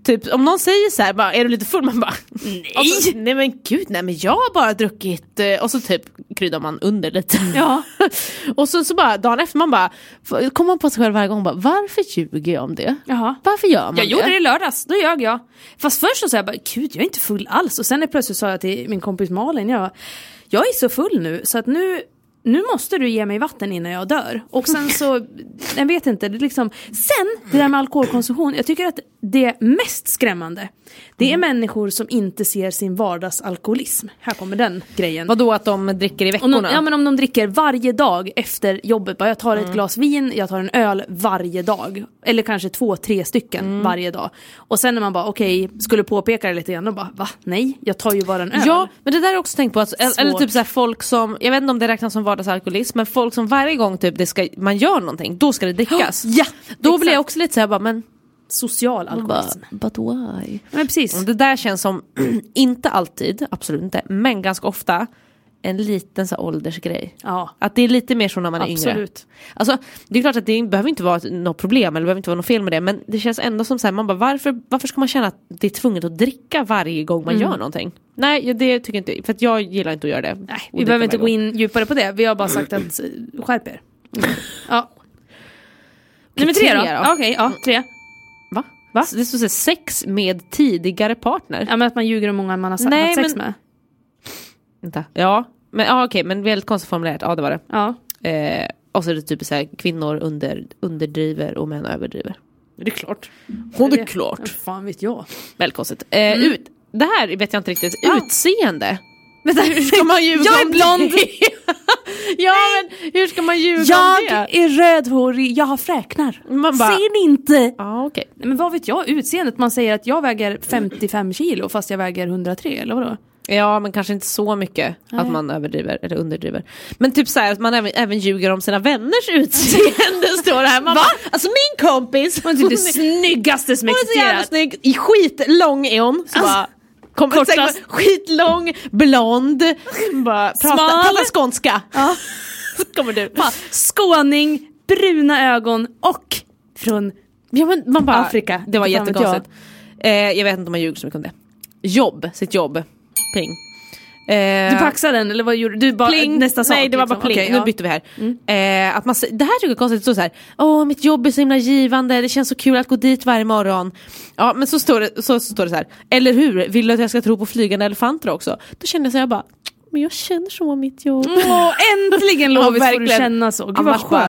Speaker 2: Typ om någon säger så här, bara, är du lite full? Man bara nej! Så, nej men gud, nej men jag har bara druckit eh, och så typ kryddar man under lite.
Speaker 1: Ja.
Speaker 2: och så, så bara dagen efter man bara, f- kommer man på sig själv varje gång bara, varför ljuger jag om det?
Speaker 1: Jaha.
Speaker 2: Varför gör man
Speaker 1: Jag
Speaker 2: det?
Speaker 1: gjorde det i lördags, då ljög jag. Fast först så sa jag bara, gud jag är inte full alls. Och sen är plötsligt sa jag till min kompis Malin, jag, jag är så full nu så att nu, nu måste du ge mig vatten innan jag dör. Och sen så, jag vet inte, det är liksom. Sen, det där med alkoholkonsumtion, jag tycker att det mest skrämmande, det
Speaker 2: Mm.
Speaker 1: är människor som inte ser sin vardagsalkoholism. Här kommer den grejen.
Speaker 2: Vadå att de dricker i
Speaker 1: Om
Speaker 2: veckorna?
Speaker 1: de, ja, men om de dricker varje dag efter jobbet, bara jag tar
Speaker 2: Mm.
Speaker 1: ett glas vin, jag tar en öl varje dag. Eller kanske två, tre stycken
Speaker 2: Mm.
Speaker 1: varje dag. Och sen när man bara okej, skulle påpeka det lite grann, då bara va? Nej, jag tar ju bara en öl.
Speaker 2: Ja, men det där har jag också tänkt på. Att,
Speaker 1: Svårt.
Speaker 2: eller typ så här, folk som, jag vet inte om det räknas som vardagsalkoholism, men folk som varje gång typ, det ska, man gör någonting, då ska det drickas.
Speaker 1: Ja,
Speaker 2: då
Speaker 1: exakt.
Speaker 2: blir jag också lite såhär, bara, men
Speaker 1: Social alkoholism.
Speaker 2: but why?
Speaker 1: Men precis.
Speaker 2: Mm, Det där känns som, inte alltid, absolut inte, men ganska ofta en liten så här, åldersgrej.
Speaker 1: Ja.
Speaker 2: Att det är lite mer så när man är yngre.
Speaker 1: Absolut.
Speaker 2: Alltså, det är klart att det behöver inte vara ett- något problem eller behöver inte vara något fel med det men det känns ändå som så här, man bara varför, varför ska man känna att det är tvunget att dricka varje gång man gör någonting? Nej jag- det tycker jag inte, för att jag gillar inte att göra det.
Speaker 1: Nej,
Speaker 2: Och
Speaker 1: vi
Speaker 2: dricka
Speaker 1: behöver inte
Speaker 2: varje
Speaker 1: gå
Speaker 2: gång.
Speaker 1: in djupare på det, vi har bara sagt att eh, skärp er. Ja. Nummer tre
Speaker 2: tre
Speaker 1: då?
Speaker 2: då?
Speaker 1: Ja, Okej, ja, tre.
Speaker 2: Va? Va? Det står så här, sex med tidigare partner.
Speaker 1: Ja men att man ljuger om många man har sa-
Speaker 2: Nej,
Speaker 1: haft sex
Speaker 2: men-
Speaker 1: med.
Speaker 2: Vänta. Ja, men ja, okej men väldigt konstigt formulerat, ja det var det.
Speaker 1: Ja.
Speaker 2: Eh, och så är det typ så här, kvinnor under, underdriver och män överdriver. Det är klart. Ja, det är
Speaker 1: Men
Speaker 2: klart.
Speaker 1: fan vet jag.
Speaker 2: Väldigt konstigt. Eh, ut, det här vet jag inte riktigt.
Speaker 1: Ja.
Speaker 2: Utseende.
Speaker 1: Vänta,
Speaker 2: Hur ska man ljuga
Speaker 1: Jag är
Speaker 2: om
Speaker 1: blond!
Speaker 2: det? ja men hur ska man ljuga om det?
Speaker 1: Jag är rödhårig, jag har fräknar.
Speaker 2: Man bara-
Speaker 1: Ser ni inte?
Speaker 2: Ja okej.
Speaker 1: Nej, men vad vet jag, utseendet. Man säger att jag väger 55 kilo fast jag väger 103 eller vadå?
Speaker 2: Ja men kanske inte så mycket
Speaker 1: Nej.
Speaker 2: att man överdriver eller underdriver. Men typ så här att man även, även ljuger om sina vänners utseende står det här. Man bara, alltså min kompis.
Speaker 1: Hon är typ det snyggaste som
Speaker 2: Hon är så jävla
Speaker 1: existerar.
Speaker 2: snygg, i skitlång är hon. Så
Speaker 1: Alltså,
Speaker 2: bara, kom,
Speaker 1: kortast.
Speaker 2: säg bara, skitlång, blond, bara, prata,
Speaker 1: Smal.
Speaker 2: prata skånska.
Speaker 1: Ja.
Speaker 2: Så kommer du.
Speaker 1: Fan, Skåning, bruna ögon och från...
Speaker 2: Ja, men man bara,
Speaker 1: Afrika.
Speaker 2: Det var
Speaker 1: Fan vet
Speaker 2: jättekonstigt. Eh, jag vet inte om man ljuger så mycket om det. Jobb, sitt jobb. Pling. Eh,
Speaker 1: Du paxade den eller vad gjorde du? Du bara
Speaker 2: Pling.
Speaker 1: nästa sak?
Speaker 2: Nej det var
Speaker 1: liksom.
Speaker 2: bara pling,
Speaker 1: Okej,
Speaker 2: nu
Speaker 1: ja. Mm.
Speaker 2: bytte vi här. Eh, att man, sä- det här tycker jag är konstigt, det står så här. Åh mitt jobb är så himla givande, det känns så kul att gå dit varje morgon. Ja men så står det så, så, står det så här. eller hur, vill du att jag ska tro på flygande elefanter också? Då kände jag så här, jag bara, men jag känner så om mitt jobb.
Speaker 1: Åh, äntligen
Speaker 2: Ja,
Speaker 1: Lovis får du
Speaker 2: verkligen.
Speaker 1: känna så. Gud vad
Speaker 2: Annars bara,
Speaker 1: skönt.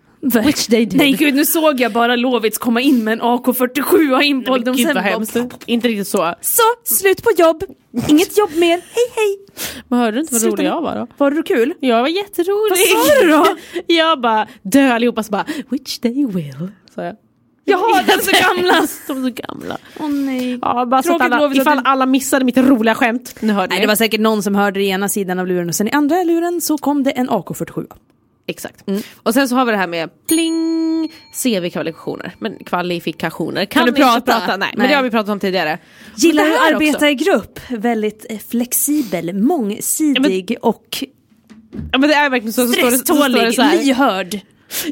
Speaker 1: Which they did. Nej gud, nu såg jag bara Lovits komma in med en AK47 och in på
Speaker 2: Men gud
Speaker 1: ålderdomshemmet.
Speaker 2: vad hemskt, inte riktigt så.
Speaker 1: Så, slut på jobb. Inget jobb mer. Hej hej.
Speaker 2: Men hörde du inte vad
Speaker 1: Sluta
Speaker 2: rolig
Speaker 1: med-
Speaker 2: jag var då?
Speaker 1: Var du kul?
Speaker 2: Jag var jätterolig!
Speaker 1: Vad sa du då?
Speaker 2: jag bara, dö allihopa, så bara, which they will. Så jag.
Speaker 1: Jaha, den så gamla.
Speaker 2: De är så gamla.
Speaker 1: Åh nej.
Speaker 2: Ja, bara så att
Speaker 1: Tråkigt
Speaker 2: alla,
Speaker 1: Lovisa,
Speaker 2: ifall
Speaker 1: du-
Speaker 2: alla missade mitt roliga skämt. Nu hörde
Speaker 1: Nej,
Speaker 2: ni.
Speaker 1: det var säkert någon som hörde i ena sidan av luren och sen i andra luren så kom det en AK47.
Speaker 2: Exakt. Mm. Och sen så har vi det här med pling, CV-kvalifikationer. Men kvalifikationer. Kan,
Speaker 1: du
Speaker 2: inte
Speaker 1: prata?
Speaker 2: Nej, men
Speaker 1: Nej.
Speaker 2: det har vi pratat om tidigare.
Speaker 1: Gillar
Speaker 2: Och det
Speaker 1: att
Speaker 2: här
Speaker 1: arbeta
Speaker 2: också.
Speaker 1: i grupp. Väldigt eh, flexibel, mångsidig och
Speaker 2: Ja, men det är verkligen så. så står det, så står det
Speaker 1: stresstålig,
Speaker 2: så här.
Speaker 1: lyhörd.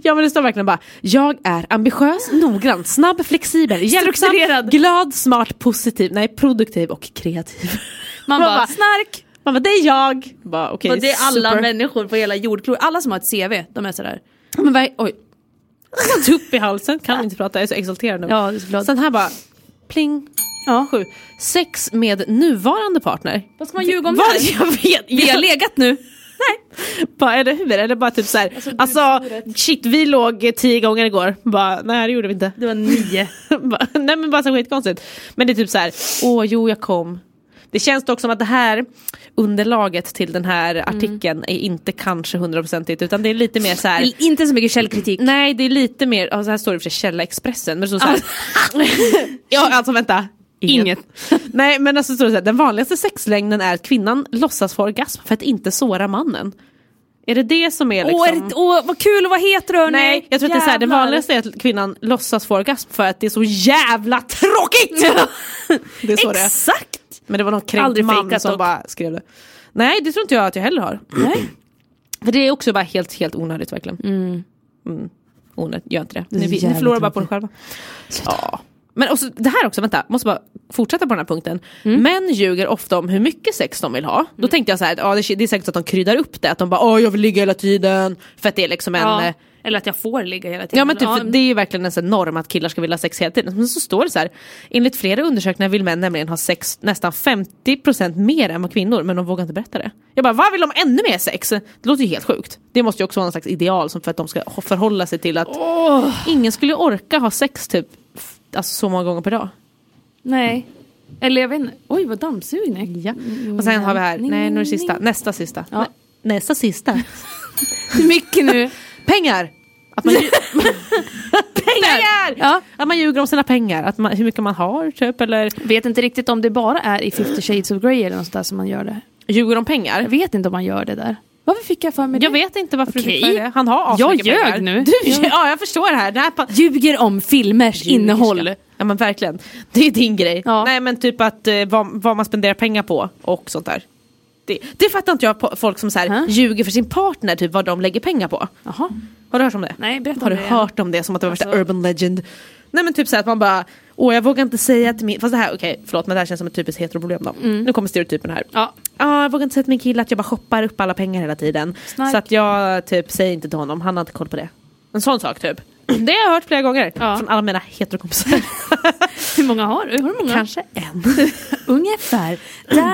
Speaker 2: Ja men det står verkligen bara, jag är ambitiös, noggrann, snabb, flexibel, hjälpsam,
Speaker 1: Strukturerad.
Speaker 2: glad, smart, positiv, nej produktiv och kreativ.
Speaker 1: Man bara,
Speaker 2: snark! Man bara, det är jag! Bara, okay,
Speaker 1: Och det är alla
Speaker 2: super.
Speaker 1: människor på hela jordklotet, alla som har ett CV, de är sådär.
Speaker 2: Men vad, oj. Jag har tupp i halsen, kan inte prata, jag är så exalterad nu.
Speaker 1: Ja, du är så glad.
Speaker 2: Sen här bara, pling. Ja. Sju. Sex med nuvarande partner.
Speaker 1: Vad ska man ljuga om
Speaker 2: Vad
Speaker 1: där?
Speaker 2: jag vet!
Speaker 1: Vi har
Speaker 2: Jag,
Speaker 1: legat nu.
Speaker 2: bara, eller hur? Eller bara typ såhär, alltså, shit vi låg eh, tio gånger igår. Bara, nej det gjorde vi inte.
Speaker 1: Det var nio.
Speaker 2: Bara, nej men bara så skitkonstigt. Men det är typ så här, åh jo jag kom. Det känns dock som att det här underlaget till den här
Speaker 1: Mm.
Speaker 2: artikeln är inte kanske hundraprocentigt utan det är lite mer så här.
Speaker 1: Inte så mycket källkritik.
Speaker 2: Nej det är lite mer, ja, så här står det i och för sig Källa Expressen men det står så
Speaker 1: Mm.
Speaker 2: här. ja alltså vänta.
Speaker 1: Inget.
Speaker 2: Nej men alltså står det så här, den vanligaste sexlängden är att kvinnan låtsas få orgasm för att inte såra mannen. Är det det som är liksom...
Speaker 1: Åh, är det- åh, vad kul och vad het du
Speaker 2: Nej, jag tror att det är så här, det vanligaste är att kvinnan låtsas få orgasm för att det är så jävla tråkigt! det är så det är.
Speaker 1: Exakt!
Speaker 2: Men det var någon kränkt
Speaker 1: Aldrig
Speaker 2: man
Speaker 1: fejkat
Speaker 2: som
Speaker 1: dock.
Speaker 2: bara skrev det. Nej, det tror inte jag att jag heller har. Nej. För det är också bara helt, helt onödigt verkligen. Mm. Onödigt, gör inte det. Ni, ni
Speaker 1: jävligt
Speaker 2: förlorar bara på er själva. Ja. Men också, det här också, vänta, måste bara fortsätta på den här punkten.
Speaker 1: Mm.
Speaker 2: Män ljuger ofta om hur mycket sex de vill ha. Då tänkte jag så här, ja, det, det är säkert så att de kryddar upp det, att de bara åh jag vill ligga hela tiden. För att det är liksom en...
Speaker 1: Ja.
Speaker 2: eh,
Speaker 1: Eller att jag får ligga hela tiden.
Speaker 2: Ja men typ, för det är ju verkligen en sån här norm att killar ska vilja ha sex hela tiden. Men så står det så här, enligt flera undersökningar vill män nämligen ha sex nästan 50% mer än vad kvinnor, men de vågar inte berätta det. Jag bara, vad vill de ännu mer sex? Det låter ju helt sjukt. Det måste ju också vara någon slags ideal som för att de ska ho- förhålla sig till att ingen skulle orka ha sex typ f- alltså, så många gånger per dag.
Speaker 1: Nej. Eller jag vet inte. Oj vad dammsugna jag
Speaker 2: Ja. Och sen har vi här,
Speaker 1: Mm. Ning,
Speaker 2: nej nu är det
Speaker 1: ning,
Speaker 2: sista,
Speaker 1: ning.
Speaker 2: nästa sista.
Speaker 1: Ja.
Speaker 2: Nä- Nästa sista.
Speaker 1: är. Mycket nu.
Speaker 2: Pengar! Att man, lju-
Speaker 1: Pengar! Ja.
Speaker 2: att man ljuger om sina pengar, att man, hur mycket man har typ eller
Speaker 1: Vet inte riktigt om det bara är i 50 shades of Grey eller något sånt där som man gör det.
Speaker 2: ljuger om pengar.
Speaker 1: Jag vet inte om man gör det där. Varför fick jag för mig
Speaker 2: Jag
Speaker 1: det?
Speaker 2: vet inte varför du
Speaker 1: Okej.
Speaker 2: fick för det. Han har
Speaker 1: Jag
Speaker 2: asmycket
Speaker 1: ljög
Speaker 2: pengar.
Speaker 1: nu.
Speaker 2: Du,
Speaker 1: Ja.
Speaker 2: ja, jag förstår det här. Det här pa-
Speaker 1: Ljuger om filmers innehåll.
Speaker 2: Ja men verkligen. Det är din grej.
Speaker 1: Ja.
Speaker 2: Nej men typ att eh, vad, vad man spenderar pengar på och sånt där. Det, det fattar inte jag på folk som så här,
Speaker 1: Hä?
Speaker 2: ljuger för sin partner typ vad de lägger pengar på.
Speaker 1: Jaha.
Speaker 2: Har du hört om det?
Speaker 1: Nej, berätta om
Speaker 2: Har du
Speaker 1: det.
Speaker 2: hört om det som att det var värsta
Speaker 1: Alltså-
Speaker 2: urban legend? Nej men typ så här att man bara Åh jag vågar inte säga till min, fast det här, okej förlåt men det här känns som ett typiskt heteroproblem då. Nu kommer stereotypen här.
Speaker 1: Ja.
Speaker 2: Ja, jag vågar inte säga till min kille att jag bara shoppar upp alla pengar hela tiden.
Speaker 1: Snark.
Speaker 2: Så att jag typ säger inte till honom, han har inte koll på det. En sån sak typ. Det har jag hört flera gånger
Speaker 1: Ja.
Speaker 2: från alla mina heterokompisar.
Speaker 1: Hur många har du? Har du många?
Speaker 2: Kanske en.
Speaker 1: Ungefär.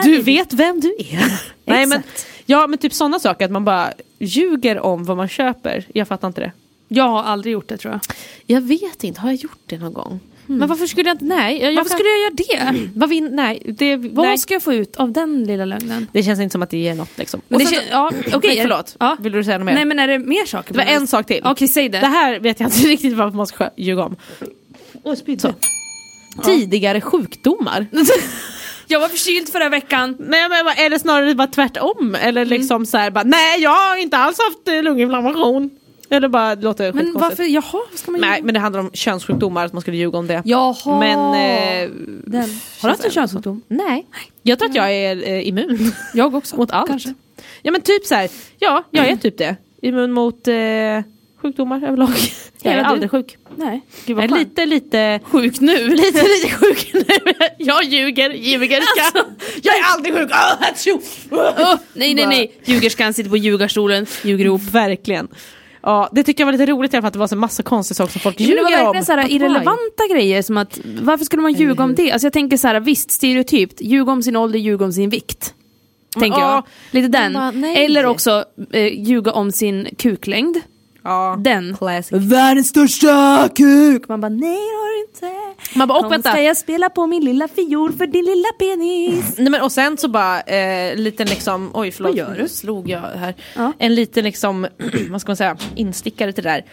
Speaker 2: Du vet vem du är. Nej, men,
Speaker 1: Exakt.
Speaker 2: ja men typ sådana saker att man bara ljuger om vad man köper. Jag fattar inte det.
Speaker 1: Jag har aldrig gjort det tror jag.
Speaker 2: Jag vet inte, har jag gjort det någon gång? Men varför skulle jag inte, nej. Jag, jag
Speaker 1: Varför skulle jag göra det?
Speaker 2: Vad vi, nej, det, nej.
Speaker 1: Vad ska jag få ut av den lilla lögnen?
Speaker 2: det känns inte som att det ger något liksom.
Speaker 1: Men
Speaker 2: Och
Speaker 1: det
Speaker 2: sen-
Speaker 1: kän- ja, okej.
Speaker 2: Nej, förlåt,
Speaker 1: Ja.
Speaker 2: vill du säga något mer?
Speaker 1: Nej men är det mer saker?
Speaker 2: Det var en sak till.
Speaker 1: Okej, säg det.
Speaker 2: Mm. Det här vet jag inte riktigt varför man ska ljuga om. Så. Tidigare sjukdomar.
Speaker 1: Jag var förkyld förra veckan.
Speaker 2: Nej, men, vad- eller snarare bara tvärtom. Eller liksom så här, bara, nej jag har inte alls haft eh, lunginflammation. Eller bara det låter
Speaker 1: Men
Speaker 2: skitkonstigt.
Speaker 1: varför, jaha, vad ska man
Speaker 2: Nej
Speaker 1: göra?
Speaker 2: men det handlar om könssjukdomar, att man skulle ljuga om det.
Speaker 1: Jaha!
Speaker 2: Men eh,
Speaker 1: Den. Har du haft en könssjukdom?
Speaker 2: nej, jag tror att jag är eh, immun.
Speaker 1: Jag också.
Speaker 2: mot allt.
Speaker 1: Kanske.
Speaker 2: Ja men typ så här. ja jag är typ det. Immun mot eh, sjukdomar överlag. Jag är
Speaker 1: Hela du.
Speaker 2: aldrig sjuk.
Speaker 1: Nej. Gud,
Speaker 2: Jag är lite, lite
Speaker 1: sjuk nu.
Speaker 2: lite, lite sjuk nu. Jag ljuger, Oh, ljugerska.
Speaker 1: Alltså,
Speaker 2: Jag är aldrig sjuk. Ah, hatsjo.
Speaker 1: Åh, nej, nej, nej. Ljugerskan sitter på ljugarstolen. Ljugrop.
Speaker 2: Verkligen. Ja, det tycker jag var lite roligt i alla fall att det var så massa konstiga saker som folk
Speaker 1: Det var
Speaker 2: ljuger om.
Speaker 1: verkligen så här
Speaker 2: But why?
Speaker 1: irrelevanta grejer som att varför skulle man ljuga om det? Alltså jag tänker så här, visst stereotypt, ljuga om sin ålder, ljuga om sin vikt. Tänker
Speaker 2: ja.
Speaker 1: jag. Lite den.
Speaker 2: bara, nej.
Speaker 1: Eller också eh, ljuga om sin kuklängd.
Speaker 2: Ja.
Speaker 1: Den.
Speaker 2: Classic.
Speaker 1: Världens största kuk! Man bara nej det har du inte.
Speaker 2: Man bara, och
Speaker 1: Kom,
Speaker 2: vänta.
Speaker 1: ska jag spela på min lilla fiol för din lilla penis.
Speaker 2: Nej, men, och sen så bara eh, liten liksom, oj förlåt,
Speaker 1: Vad gör du?
Speaker 2: nu slog jag här.
Speaker 1: Ja.
Speaker 2: En liten liksom, vad ska man säga, instickare till det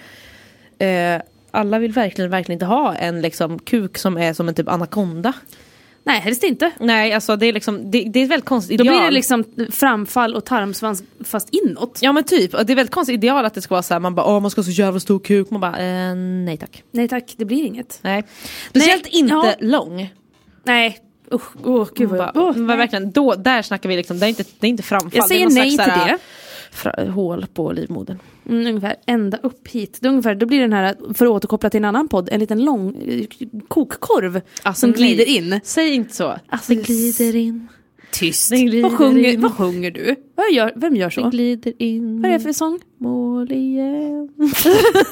Speaker 2: där. Eh, alla vill verkligen, verkligen inte ha en liksom kuk som är som en typ anakonda.
Speaker 1: Nej helst inte.
Speaker 2: Nej, alltså det är liksom, det, det är ett väldigt konstigt
Speaker 1: Då
Speaker 2: ideal.
Speaker 1: blir det liksom framfall och tarmsvans fast inåt.
Speaker 2: Ja men typ, och det är väldigt konstigt ideal att det ska vara så här, man bara åh man ska ha så jävla stor kuk, man bara eh, nej tack.
Speaker 1: Nej tack, det blir inget.
Speaker 2: Nej. Speciellt
Speaker 1: Nej,
Speaker 2: inte
Speaker 1: ja.
Speaker 2: lång.
Speaker 1: Nej, usch, åh gud
Speaker 2: Man
Speaker 1: vad
Speaker 2: Mm, bara,
Speaker 1: jag... åh,
Speaker 2: men verkligen, då, där snackar vi liksom, det är inte, det är inte framfall.
Speaker 1: Jag
Speaker 2: det är
Speaker 1: säger
Speaker 2: någon
Speaker 1: nej
Speaker 2: slags
Speaker 1: till
Speaker 2: så här,
Speaker 1: det.
Speaker 2: fra- hål på livmodern.
Speaker 1: Mm, ungefär ända upp hit. Det är ungefär, då blir den här, för att återkoppla till en annan podd, en liten lång eh, kokkorv som
Speaker 2: Alltså, nej.
Speaker 1: glider in.
Speaker 2: Säg inte så.
Speaker 1: Alltså,
Speaker 2: den glider in.
Speaker 1: Tyst.
Speaker 2: Den glider
Speaker 1: vad, sjunger,
Speaker 2: in.
Speaker 1: vad sjunger du? Vad gör, vem gör så?
Speaker 2: Den glider in.
Speaker 1: Vad är det för sång?
Speaker 2: mål igen?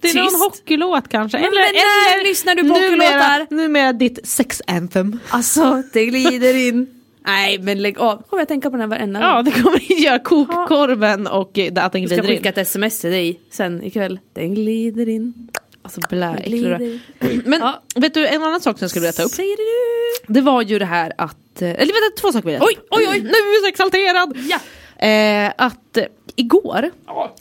Speaker 2: det är
Speaker 1: Tyst.
Speaker 2: någon hockeylåt kanske.
Speaker 1: Men när lyssnar du på hockeylåtar?
Speaker 2: numera, numera ditt sex anthem.
Speaker 1: Alltså, det glider in. Nej men lägg av. Kommer jag tänka på den här varenda
Speaker 2: Ja,
Speaker 1: gång.
Speaker 2: det kommer göra kokkorven och eh, att den
Speaker 1: Jag ska
Speaker 2: glider in.
Speaker 1: skicka ett sms till dig sen ikväll. Den glider in.
Speaker 2: Alltså blä,
Speaker 1: Den
Speaker 2: äcklig du är.
Speaker 1: glider.
Speaker 2: Men
Speaker 1: Ja.
Speaker 2: vet du, en annan sak som jag skulle vilja ta upp.
Speaker 1: Säger du?
Speaker 2: Det var ju det här att, eh, eller vänta, två saker vill jag ta
Speaker 1: Oj,
Speaker 2: upp.
Speaker 1: oj, oj.
Speaker 2: Nu är jag så exalterad!
Speaker 1: Ja.
Speaker 2: Eh, att eh, igår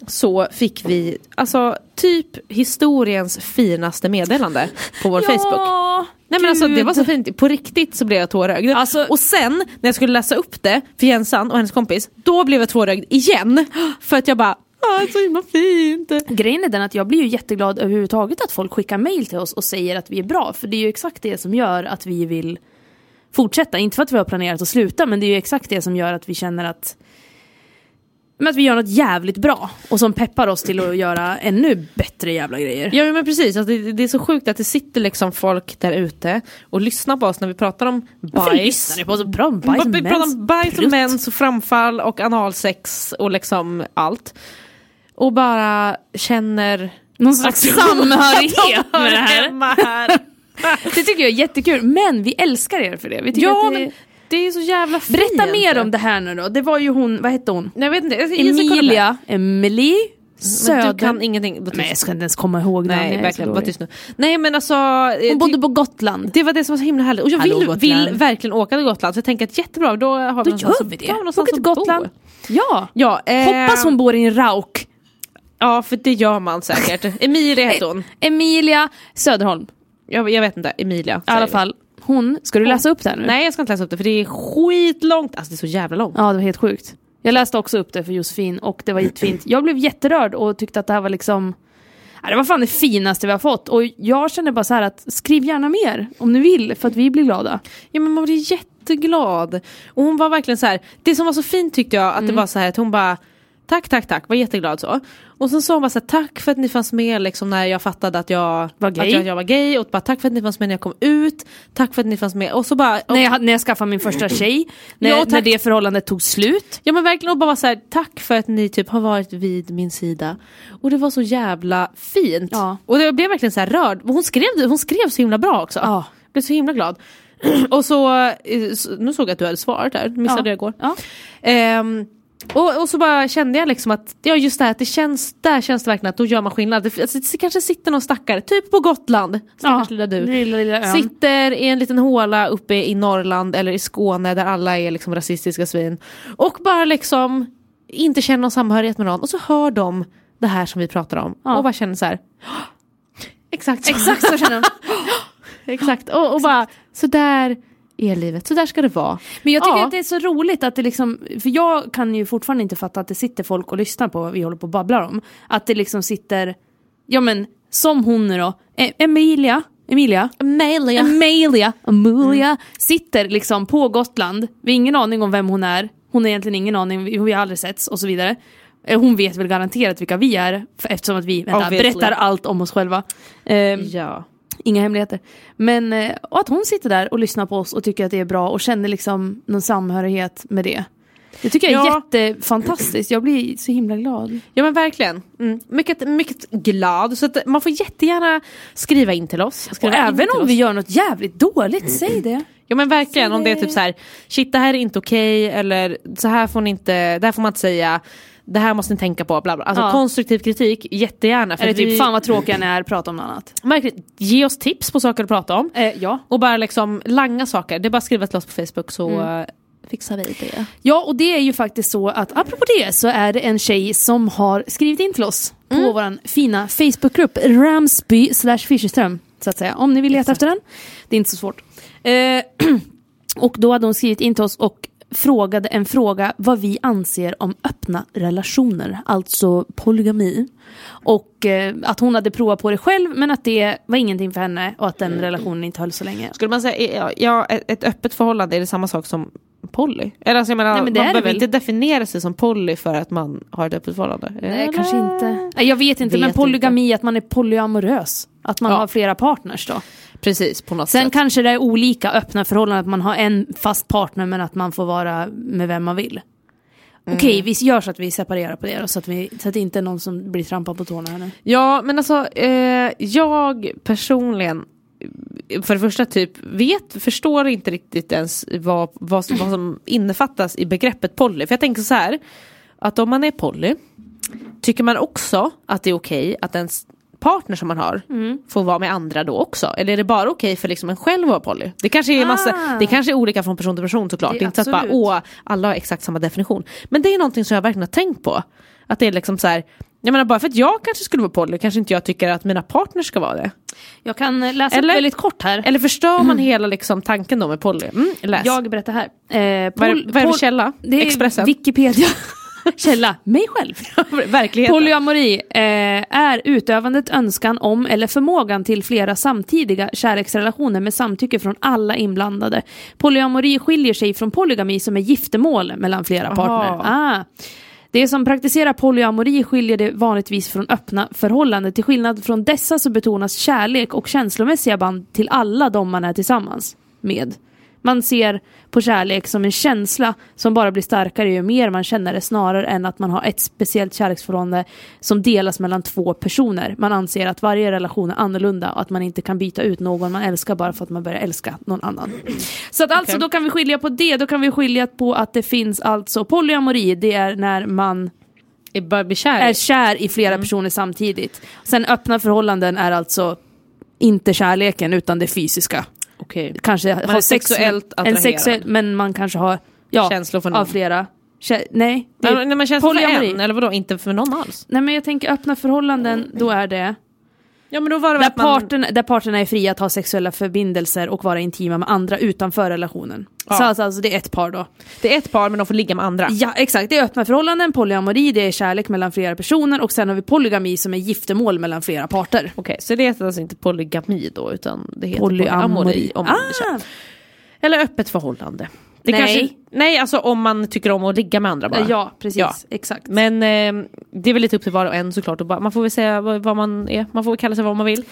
Speaker 2: så fick vi, alltså typ historiens finaste meddelande på vår Facebook.
Speaker 1: Ja,
Speaker 2: Nej men alltså det
Speaker 1: gud.
Speaker 2: var så fint, på riktigt så blev jag tårögd.
Speaker 1: Alltså-
Speaker 2: och sen när jag skulle läsa upp det för Jensan och hennes kompis, då blev jag tårögd igen. För att jag bara, ah, så himla fint.
Speaker 1: Grejen är den att jag blir ju jätteglad överhuvudtaget att folk skickar mail till oss och säger att vi är bra. För det är ju exakt det som gör att vi vill fortsätta. Inte för att vi har planerat att sluta men det är ju exakt det som gör att vi känner att men att vi gör något jävligt bra och som peppar oss till att göra ännu bättre jävla grejer.
Speaker 2: Ja men precis, alltså, det, det är så sjukt att det sitter liksom folk där ute och lyssnar på oss när vi pratar om
Speaker 1: Varför
Speaker 2: bajs.
Speaker 1: lyssnar ni på oss? Bra om bajs,
Speaker 2: vi pratar
Speaker 1: mens,
Speaker 2: om bajs och
Speaker 1: prutt.
Speaker 2: mens och framfall och analsex och liksom allt. Och bara känner
Speaker 1: Någon slags samhörighet med det här. Det tycker jag är jättekul, men vi älskar er för det. Vi tycker
Speaker 2: ja
Speaker 1: att det...
Speaker 2: men det är så jävla fint.
Speaker 1: Berätta mer om det här nu då. Det var ju hon, vad hette hon?
Speaker 2: Nej, jag vet inte. alltså, Jag, jag ska kolla på det.
Speaker 1: Emilia, Emily Söder.
Speaker 2: Men du kan ingenting. Var tyst.
Speaker 1: Nej jag ska inte ens komma ihåg namn, jag
Speaker 2: Nej
Speaker 1: är
Speaker 2: verkligen,
Speaker 1: så
Speaker 2: var
Speaker 1: dålig.
Speaker 2: tyst nu. Nej men alltså.
Speaker 1: Hon
Speaker 2: eh,
Speaker 1: bodde på Gotland.
Speaker 2: Det var det som var så himla härligt. Och jag
Speaker 1: Hallå,
Speaker 2: vill,
Speaker 1: Gotland.
Speaker 2: vill verkligen åka till Gotland så jag tänker att jättebra, då har vi
Speaker 1: Då gör vi
Speaker 2: Ja,
Speaker 1: det.
Speaker 2: någonstans
Speaker 1: Åker till
Speaker 2: att bo.
Speaker 1: Gotland. Ja.
Speaker 2: Ja, eh,
Speaker 1: Hoppas hon bor i en rauk.
Speaker 2: Ja för det gör man säkert. Emilia heter hon.
Speaker 1: Emilia Söderholm.
Speaker 2: Jag, jag vet inte, Emilia.
Speaker 1: I alla fall, hon. Ska du läsa upp det här nu?
Speaker 2: Nej jag ska inte läsa upp det för det är skitlångt, alltså det är så jävla långt.
Speaker 1: Ja, det var helt sjukt. Jag läste också upp det för Josefin och det var jättefint. Jag blev jätterörd och tyckte att det här var liksom Ja, det var fan det finaste vi har fått och jag känner bara så här att skriv gärna mer om ni vill för att vi blir glada.
Speaker 2: Ja men man blir jätteglad. Och hon var verkligen så här. det som var så fint tyckte jag att det var så här att hon bara Tack, tack, tack, var jätteglad så. Och sen sa hon bara så här, tack för att ni fanns med liksom när jag fattade att jag
Speaker 1: Var gay.
Speaker 2: Att jag, jag var gay. Och bara, tack för att ni fanns med när jag kom ut. Tack för att ni fanns med. Och så bara, och,
Speaker 1: När, jag, när jag skaffade min första tjej, när,
Speaker 2: Ja, tack.
Speaker 1: när det förhållandet tog slut.
Speaker 2: ja men verkligen och bara så här, tack för att ni typ har varit vid min sida. Och det var så jävla fint.
Speaker 1: Ja.
Speaker 2: Och jag blev verkligen så här rörd. Och Hon skrev, det- hon skrev så himla bra också.
Speaker 1: Ja.
Speaker 2: Jag blev så himla glad. Och så, eh, så- nu såg jag att du hade svarat där, missade jag igår.
Speaker 1: Ja.
Speaker 2: Ehm, och, och så bara kände jag liksom att, ja just det här, att det känns, där känns det verkligen att då gör man skillnad. Det, alltså, det kanske sitter någon stackare, typ på Gotland, stackars lilla du.
Speaker 1: Lilla, lilla ön.
Speaker 2: Sitter i en liten håla uppe i Norrland eller i Skåne där alla är liksom rasistiska svin. Och bara liksom inte känner någon samhörighet med någon. Och så hör de det här som vi pratar om.
Speaker 1: Ja.
Speaker 2: Och bara känner så här. Exakt så.
Speaker 1: Exakt så känner jag.
Speaker 2: Exakt. Och, och bara så där är livet. Så där ska det vara.
Speaker 1: Men jag tycker
Speaker 2: Ja.
Speaker 1: att det är så roligt att det liksom, för jag kan ju fortfarande inte fatta att det sitter folk och lyssnar på vad vi håller på och babblar om. Att det liksom sitter, ja men som hon nu då, E- Emilia, Emilia,
Speaker 2: Emilia.
Speaker 1: Emilia, Amelia
Speaker 2: Mm.
Speaker 1: sitter liksom på Gotland. Vi har ingen aning om vem hon är. Hon har egentligen ingen aning, vi- vi har aldrig setts och så vidare. Eh, Hon vet väl garanterat vilka vi är för- eftersom att vi vänta,
Speaker 2: Obviously.
Speaker 1: berättar allt om oss själva. Ehm,
Speaker 2: Ja.
Speaker 1: Inga hemligheter. Men eh, och att hon sitter där och lyssnar på oss och tycker att det är bra och känner liksom någon samhörighet med det. Det tycker jag är
Speaker 2: Ja.
Speaker 1: jättefantastiskt. Jag blir så himla glad.
Speaker 2: Ja men verkligen. Mm. Mycket, mycket glad. Så att man får jättegärna skriva in till oss.
Speaker 1: Och
Speaker 2: Skriva in
Speaker 1: även
Speaker 2: till
Speaker 1: om
Speaker 2: oss.
Speaker 1: vi gör något jävligt dåligt, säg det.
Speaker 2: Ja men verkligen om det är typ så här, shit det här är inte okej eller så här får ni inte, det här får man inte säga, det här måste ni tänka på, bla bla. Alltså
Speaker 1: Ja.
Speaker 2: konstruktiv kritik, jättegärna. För
Speaker 1: Eller
Speaker 2: att
Speaker 1: typ,
Speaker 2: vi,
Speaker 1: fan vad tråkiga ni är, prata om något annat.
Speaker 2: verkligen, ge oss tips på saker att prata om
Speaker 1: Eh, ja.
Speaker 2: och bara liksom langa saker, det är bara att skriva till oss på Facebook så eh, fixar vi det.
Speaker 1: ja, och det är ju faktiskt så att apropå det så är det en tjej som har skrivit in till oss på vår fina Facebookgrupp Ramsby slash Fischerström, så att säga. Om ni vill leta efter den. Det är inte så svårt. Eh, Och då hade hon skrivit in till oss och frågade en fråga vad vi anser om öppna relationer, alltså polygami. Och eh, att hon hade provat på det själv men att det var ingenting för henne och att den relationen inte höll så länge.
Speaker 2: Skulle man säga, ja, ja, ett ett öppet förhållande är det samma sak som poly? Eller alltså jag menar,
Speaker 1: Nej, men det
Speaker 2: man
Speaker 1: är det
Speaker 2: behöver
Speaker 1: väl.
Speaker 2: inte definiera sig som poly för att man har ett öppet förhållande?
Speaker 1: Nej, Eh, kanske inte. Nej, jag vet inte,
Speaker 2: Vet
Speaker 1: men polygami, att man är polyamorös. Att man
Speaker 2: Ja.
Speaker 1: har flera partners då.
Speaker 2: Precis, på något
Speaker 1: Sen
Speaker 2: sätt.
Speaker 1: kanske det är olika öppna förhållanden, att man har en fast partner men att man får vara med vem man vill. Okej, vi gör så att vi separerar på det då, så att, vi, så att det inte är någon som blir trampad på tårna här nu.
Speaker 2: Ja, men alltså eh, jag personligen eh, för det första typ vet, förstår inte riktigt ens vad, vad, som, vad som innefattas i begreppet poly. För jag tänker så här, att om man är poly tycker man också att det är okej att ens partner som man har får vara med andra då också? Eller är det bara okej för liksom en själv att vara poly? Det kanske är, massa, det kanske är olika från person till person såklart.
Speaker 1: Det är
Speaker 2: Det är inte så att bara,
Speaker 1: absolut.
Speaker 2: åh, alla har exakt samma definition. Men det är någonting som jag verkligen har tänkt på. Att det är liksom så här, jag menar bara för att jag kanske skulle vara poly kanske inte jag tycker att mina partners ska vara det.
Speaker 1: Jag kan eh, läsa
Speaker 2: Eller-
Speaker 1: upp väldigt kort här.
Speaker 2: Eller förstör man hela liksom, tanken då med poly? Mm, läs.
Speaker 1: jag berättar här. Eh,
Speaker 2: vad är
Speaker 1: pol-
Speaker 2: det- vad är det för
Speaker 1: pol-
Speaker 2: källa?
Speaker 1: Det är
Speaker 2: Expressen?
Speaker 1: Wikipedia. Källa, mig själv.
Speaker 2: Verkligheten.
Speaker 1: Polyamori eh, är utövandet, önskan om eller förmågan till flera samtidiga kärleksrelationer med samtycke från alla inblandade. Polyamori skiljer sig från polygami som är giftermål mellan flera partner. Ah. Det som praktiserar polyamori skiljer det vanligtvis från öppna förhållanden. Till skillnad från dessa så betonas kärlek och känslomässiga band till alla de man är tillsammans med. Man ser på kärlek som en känsla som bara blir starkare ju mer man känner det snarare än att man har ett speciellt kärleksförhållande som delas mellan två personer. Man anser att varje relation är annorlunda och att man inte kan byta ut någon man älskar bara för att man börjar älska någon annan. Så att alltså
Speaker 2: Okej.
Speaker 1: då kan vi skilja på det, då kan vi skilja på att det finns alltså polyamori, det är när man
Speaker 2: är börjar bli kär.
Speaker 1: är kär i
Speaker 2: Mm.
Speaker 1: flera personer samtidigt. Sen öppna förhållanden är alltså inte kärleken utan det fysiska
Speaker 2: Okej.
Speaker 1: kanske man har
Speaker 2: är
Speaker 1: sex
Speaker 2: sexuellt
Speaker 1: med, en
Speaker 2: attraherad.
Speaker 1: sexuell, men man kanske har ja,
Speaker 2: Känslor för
Speaker 1: av
Speaker 2: någon.
Speaker 1: flera. Kä- nej, det är
Speaker 2: Nej, men känns för
Speaker 1: polyamori.
Speaker 2: en, eller vadå? Inte för någon alls?
Speaker 1: Nej men jag tänker öppna förhållanden, då är det
Speaker 2: Ja men då var det väl
Speaker 1: där,
Speaker 2: att man...
Speaker 1: parten, där parterna är fria att ha sexuella förbindelser och vara intima med andra utanför relationen.
Speaker 2: Ja.
Speaker 1: Så alltså, alltså det är ett par då.
Speaker 2: Det är ett par men de får ligga med andra.
Speaker 1: Ja exakt, det är öppna förhållanden, polyamori, det är kärlek mellan flera personer och sen har vi polygami som är giftermål mellan flera parter.
Speaker 2: Okej, så det heter alltså inte polygami då utan det heter
Speaker 1: Polyamori.
Speaker 2: polyamori. Om man är kär.
Speaker 1: Ah,
Speaker 2: Eller öppet förhållande. Det
Speaker 1: Nej.
Speaker 2: Kanske, nej, alltså om man tycker om att ligga med andra bara.
Speaker 1: ja, precis.
Speaker 2: Ja.
Speaker 1: Exakt.
Speaker 2: Men eh, det är väl lite upp till var och en såklart. Och bara, man får väl säga vad, vad man är, man får väl kalla sig vad man vill.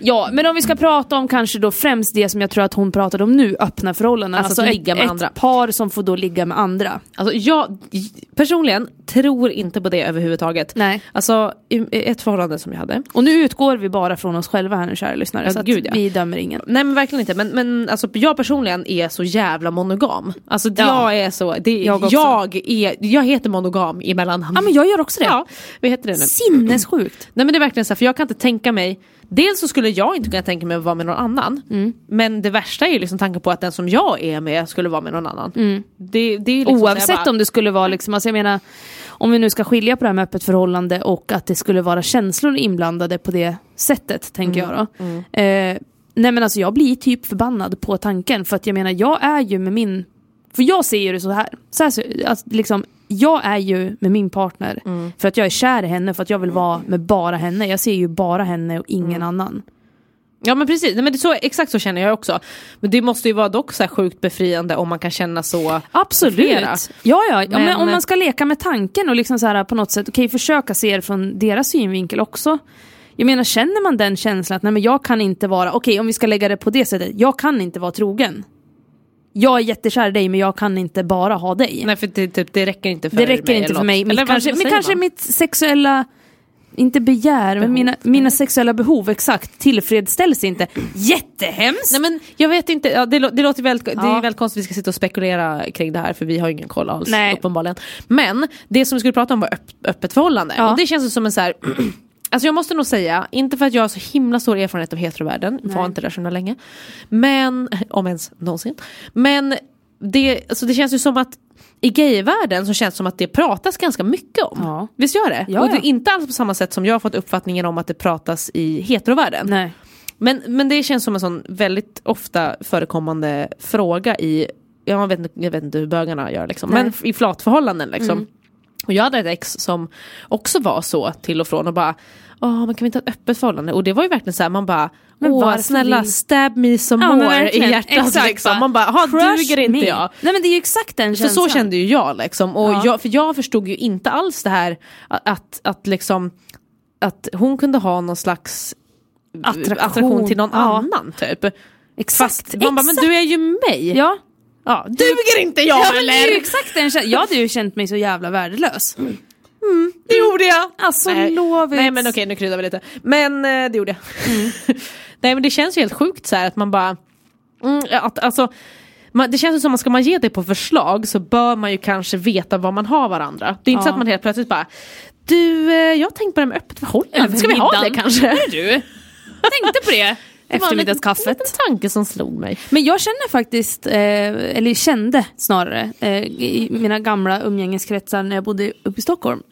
Speaker 1: Ja, men om vi ska prata om kanske då främst det som jag tror att hon pratade om nu, öppna förhållanden.
Speaker 2: Alltså att ligga med
Speaker 1: ett,
Speaker 2: andra.
Speaker 1: ett par som får då ligga med andra.
Speaker 2: Alltså jag j- personligen tror inte på det överhuvudtaget.
Speaker 1: Nej.
Speaker 2: Alltså i- i ett förhållande som jag hade.
Speaker 1: Och nu utgår vi bara från oss själva här nu kära lyssnare,
Speaker 2: Ja,
Speaker 1: så att
Speaker 2: gud, ja.
Speaker 1: vi dömer ingen.
Speaker 2: Nej men verkligen inte, men, men alltså, jag personligen är så jävla monogam. Alltså
Speaker 1: Ja.
Speaker 2: jag är så, det,
Speaker 1: Jag
Speaker 2: jag,
Speaker 1: också.
Speaker 2: är, jag heter monogam i mellannamn.
Speaker 1: Ja, men jag gör också det.
Speaker 2: Ja, vad heter det nu?
Speaker 1: Sinnessjukt.
Speaker 2: Nej men det är verkligen så här, för jag kan inte tänka mig Dels så skulle jag inte kunna tänka mig att vara med någon annan.
Speaker 1: Mm.
Speaker 2: Men det värsta är ju liksom tanken på att den som jag är med skulle vara med någon annan. Det, det är ju liksom så här
Speaker 1: Mm. Oavsett
Speaker 2: bara,
Speaker 1: om det skulle vara liksom, alltså jag menar, om vi nu ska skilja på det här med öppet förhållande och att det skulle vara känslor inblandade på det sättet, tänker
Speaker 2: Mm.
Speaker 1: jag då. Eh, nej men alltså jag blir typ förbannad på tanken, för att jag menar, jag är ju med min, för jag ser ju det så här, så här ser- alltså, liksom, jag är ju med min partner
Speaker 2: Mm.
Speaker 1: för att jag är kär i henne, för att jag vill vara med bara henne. Jag ser ju bara henne och ingen
Speaker 2: Mm.
Speaker 1: annan.
Speaker 2: Ja men precis, Nej, men det är så, exakt så känner jag också. Men det måste ju vara dock så här sjukt befriande om man kan känna så.
Speaker 1: Absolut.
Speaker 2: Flera.
Speaker 1: Ja, ja. ja, men,
Speaker 2: Men-
Speaker 1: om man ska leka med tanken och liksom så här, på något sätt okej, försöka se det från deras synvinkel också. Jag menar, känner man den känslan att nej, men jag kan inte vara, okej om vi ska lägga det på det sättet, jag kan inte vara trogen. Jag är jättekär i dig men jag kan inte bara ha dig.
Speaker 2: Nej för det, typ, det räcker inte för
Speaker 1: det
Speaker 2: mig.
Speaker 1: räcker inte
Speaker 2: eller
Speaker 1: för mig.
Speaker 2: något.
Speaker 1: Mitt,
Speaker 2: Eller vad-
Speaker 1: kanske,
Speaker 2: vad
Speaker 1: men
Speaker 2: säger
Speaker 1: kanske
Speaker 2: man?
Speaker 1: mitt sexuella, inte begär, men mina, mina sexuella behov exakt tillfredsställs inte. Jättehemskt!
Speaker 2: Nej men jag vet inte, ja, det, lå- det låter väldigt, det
Speaker 1: Ja.
Speaker 2: är väldigt konstigt att vi ska sitta och spekulera kring det här för vi har ju ingen koll alls
Speaker 1: Nej.
Speaker 2: uppenbarligen. Men det som vi skulle prata om var öpp, öppet förhållande
Speaker 1: Ja.
Speaker 2: och det känns ju som en så här Alltså jag måste nog säga, inte för att jag har så himla stor erfarenhet av heterovärlden, var inte där så himla länge. Men, om ens någonsin. Men det, alltså det känns ju som att i gayvärlden så känns det som att det pratas ganska mycket om.
Speaker 1: Ja.
Speaker 2: Visst gör det?
Speaker 1: Ja,
Speaker 2: och det
Speaker 1: ja.
Speaker 2: är inte alls på samma sätt som jag har fått uppfattningen om att det pratas i heterovärlden.
Speaker 1: Nej.
Speaker 2: Men, men det känns som en sån väldigt ofta förekommande fråga i, jag vet, inte- jag vet inte hur bögarna gör liksom, men i flatförhållanden liksom.
Speaker 1: Mm.
Speaker 2: Och jag hade ett ex som också var så till och från och bara, ja men kan vi inte ha ett öppet förhållande? Och det var ju verkligen så här, man bara, Men
Speaker 1: Åh,
Speaker 2: vad snälla,
Speaker 1: vi-
Speaker 2: stab me some
Speaker 1: Ja, men
Speaker 2: more i
Speaker 1: verkligen.
Speaker 2: hjärtat
Speaker 1: Exakt,
Speaker 2: liksom.
Speaker 1: va?
Speaker 2: Man bara, ha
Speaker 1: Crush
Speaker 2: duger inte
Speaker 1: me.
Speaker 2: jag?
Speaker 1: Nej men det är ju exakt den
Speaker 2: För
Speaker 1: känslan.
Speaker 2: så kände ju jag liksom. Och
Speaker 1: Ja.
Speaker 2: jag, för jag förstod ju inte alls det här a- att, att liksom att hon kunde ha någon slags attraktion, till någon
Speaker 1: Ja.
Speaker 2: annan typ.
Speaker 1: Exakt.
Speaker 2: Fast man bara, men
Speaker 1: exakt.
Speaker 2: du är ju mig.
Speaker 1: Ja.
Speaker 2: Ja, duger inte jag
Speaker 1: Ja, men det är ju
Speaker 2: eller? Mm,
Speaker 1: exakt den känslan. Jag hade ju känt mig så jävla värdelös.
Speaker 2: Det gjorde jag.
Speaker 1: Alltså
Speaker 2: Nej.
Speaker 1: lovits.
Speaker 2: Nej men okej nu kryddar vi lite. Men eh, det gjorde jag. Nej men det känns ju helt sjukt så här att man bara, mm, att, alltså, man, det känns ju som att ska man ge det på förslag så bör man ju kanske veta vad man har varandra. Det är inte så
Speaker 1: Ja.
Speaker 2: att man helt plötsligt bara, du eh, jag har tänkt på det här med öppet förhållande,
Speaker 1: Över
Speaker 2: ska vi ha det
Speaker 1: middagen.
Speaker 2: kanske?
Speaker 1: Hörru du, jag tänkte på det. Det var en liten-
Speaker 2: Eftermiddagskaffet.
Speaker 1: liten
Speaker 2: En tanke som slog mig.
Speaker 1: Men jag känner faktiskt, eh, eller kände snarare, eh, i mina gamla umgängeskretsar när jag bodde uppe i Stockholm.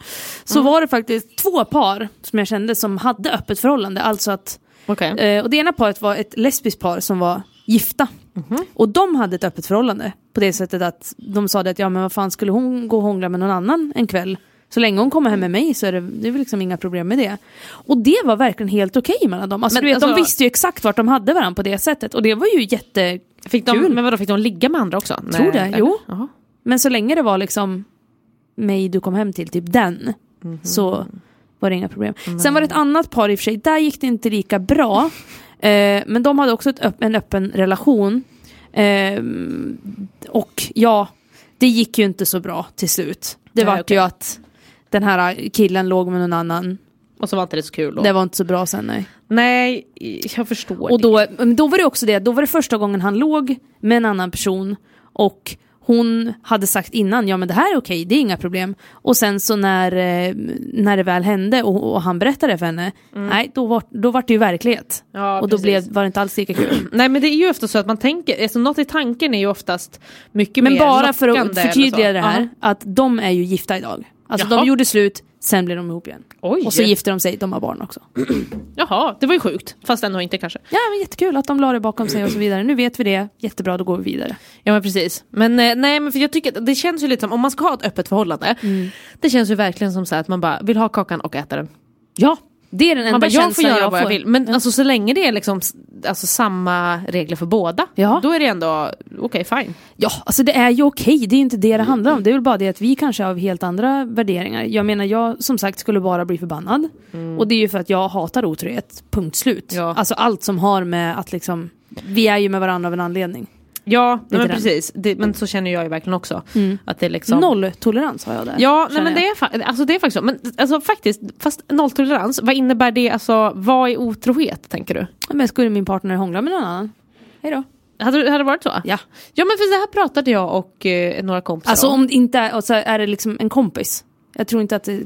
Speaker 1: Så
Speaker 2: Mm.
Speaker 1: var det faktiskt två par som jag kände som hade öppet förhållande. Alltså att,
Speaker 2: Okej.
Speaker 1: eh, och det ena paret var ett lesbiskt par som var gifta.
Speaker 2: Mhm.
Speaker 1: Och de hade ett öppet förhållande på det sättet att de sa det att ja men vad fan skulle hon gå och hångla med någon annan en kväll? Så länge hon kommer hem med mig så är det, det är väl liksom inga problem med det. Och det var verkligen helt okej mellan dem. Alltså,
Speaker 2: Men
Speaker 1: du vet, de
Speaker 2: alltså-
Speaker 1: visste ju exakt vart de hade varandra på det sättet och det var ju jätte
Speaker 2: Fick de,
Speaker 1: kul.
Speaker 2: men vadå, fick de ligga med andra också?
Speaker 1: Tror det,
Speaker 2: eller?
Speaker 1: jo.
Speaker 2: Jaha.
Speaker 1: Men så länge det var liksom mig du kom hem till, typ den,
Speaker 2: Mhm.
Speaker 1: så var det inga problem. Sen var det ett annat par i och för sig, där gick det inte lika bra. Eh, men de hade också ett öpp- en öppen relation. Eh, och ja, det gick ju inte så bra till slut. Det
Speaker 2: Nej,
Speaker 1: vart
Speaker 2: okej.
Speaker 1: ju att den här killen låg med någon annan.
Speaker 2: Och så var inte det så kul då.
Speaker 1: Det var inte så bra sen nej.
Speaker 2: Nej, jag förstår
Speaker 1: Och
Speaker 2: det.
Speaker 1: då, men då var det också det, då var det första gången han låg med en annan person och hon hade sagt innan, ja men det här är okej, det är inga problem. Och sen så när, eh, när det väl hände och, och han berättade för henne, nej då var, då var det ju verklighet.
Speaker 2: Mm. Ja,
Speaker 1: och då
Speaker 2: precis.
Speaker 1: blev, var det inte alls lika kul.
Speaker 2: Nej men det är ju ofta så att man tänker, alltså, något i tanken är ju oftast mycket
Speaker 1: Men
Speaker 2: mer
Speaker 1: bara för att
Speaker 2: lockande eller
Speaker 1: förtydliga
Speaker 2: så.
Speaker 1: det här, att de är ju gifta idag. Alltså
Speaker 2: Jaha.
Speaker 1: de gjorde slut, sen blev de ihop igen.
Speaker 2: Oj.
Speaker 1: Och så gifte de sig, de har barn också.
Speaker 2: Jaha. Jaha, det var ju sjukt. Fast ändå inte kanske.
Speaker 1: Ja men jättekul att de la det bakom sig och så vidare. Nu vet vi det, jättebra då går vi vidare.
Speaker 2: Ja men precis. Men eh, nej men för jag tycker att det känns ju lite som, om man ska ha ett öppet förhållande. Det känns ju verkligen som så här att man bara vill ha kakan och äta den.
Speaker 1: Ja, det är den enda
Speaker 2: Man bara, jag får
Speaker 1: känslan
Speaker 2: göra
Speaker 1: jag
Speaker 2: vad jag
Speaker 1: får.
Speaker 2: vill. Men alltså, så länge det är liksom, s- alltså, samma regler för båda,
Speaker 1: Ja.
Speaker 2: då är det ändå okej, fine.
Speaker 1: Ja, alltså det är ju okej, det är ju inte
Speaker 2: Mm.
Speaker 1: det det handlar om. Det är väl bara det att vi kanske har helt andra värderingar. Jag menar, jag som sagt skulle bara bli förbannad. Och det är ju för att jag hatar otrohet, punkt slut.
Speaker 2: Mm. Ja.
Speaker 1: Alltså allt som har med att liksom, vi är ju med varandra av en anledning.
Speaker 2: Ja, nej, men
Speaker 1: den.
Speaker 2: precis. Det, men så känner jag ju verkligen också. Att det är liksom...
Speaker 1: Nolltolerans har jag där.
Speaker 2: Ja, nej,
Speaker 1: Mm. känner
Speaker 2: men det
Speaker 1: jag.
Speaker 2: är, fa- alltså, det är faktiskt så. Men alltså, faktiskt, fast nolltolerans, vad innebär det? Alltså, vad är otrohet, tänker du?
Speaker 1: Ja, Men skulle min partner hångla med någon annan? Hej då.
Speaker 2: Hade, du- hade det varit så?
Speaker 1: Ja.
Speaker 2: Ja, men för det här pratade jag och eh, några kompisar
Speaker 1: Alltså
Speaker 2: om.
Speaker 1: om det inte är, alltså, är det liksom en kompis. Jag tror inte att det...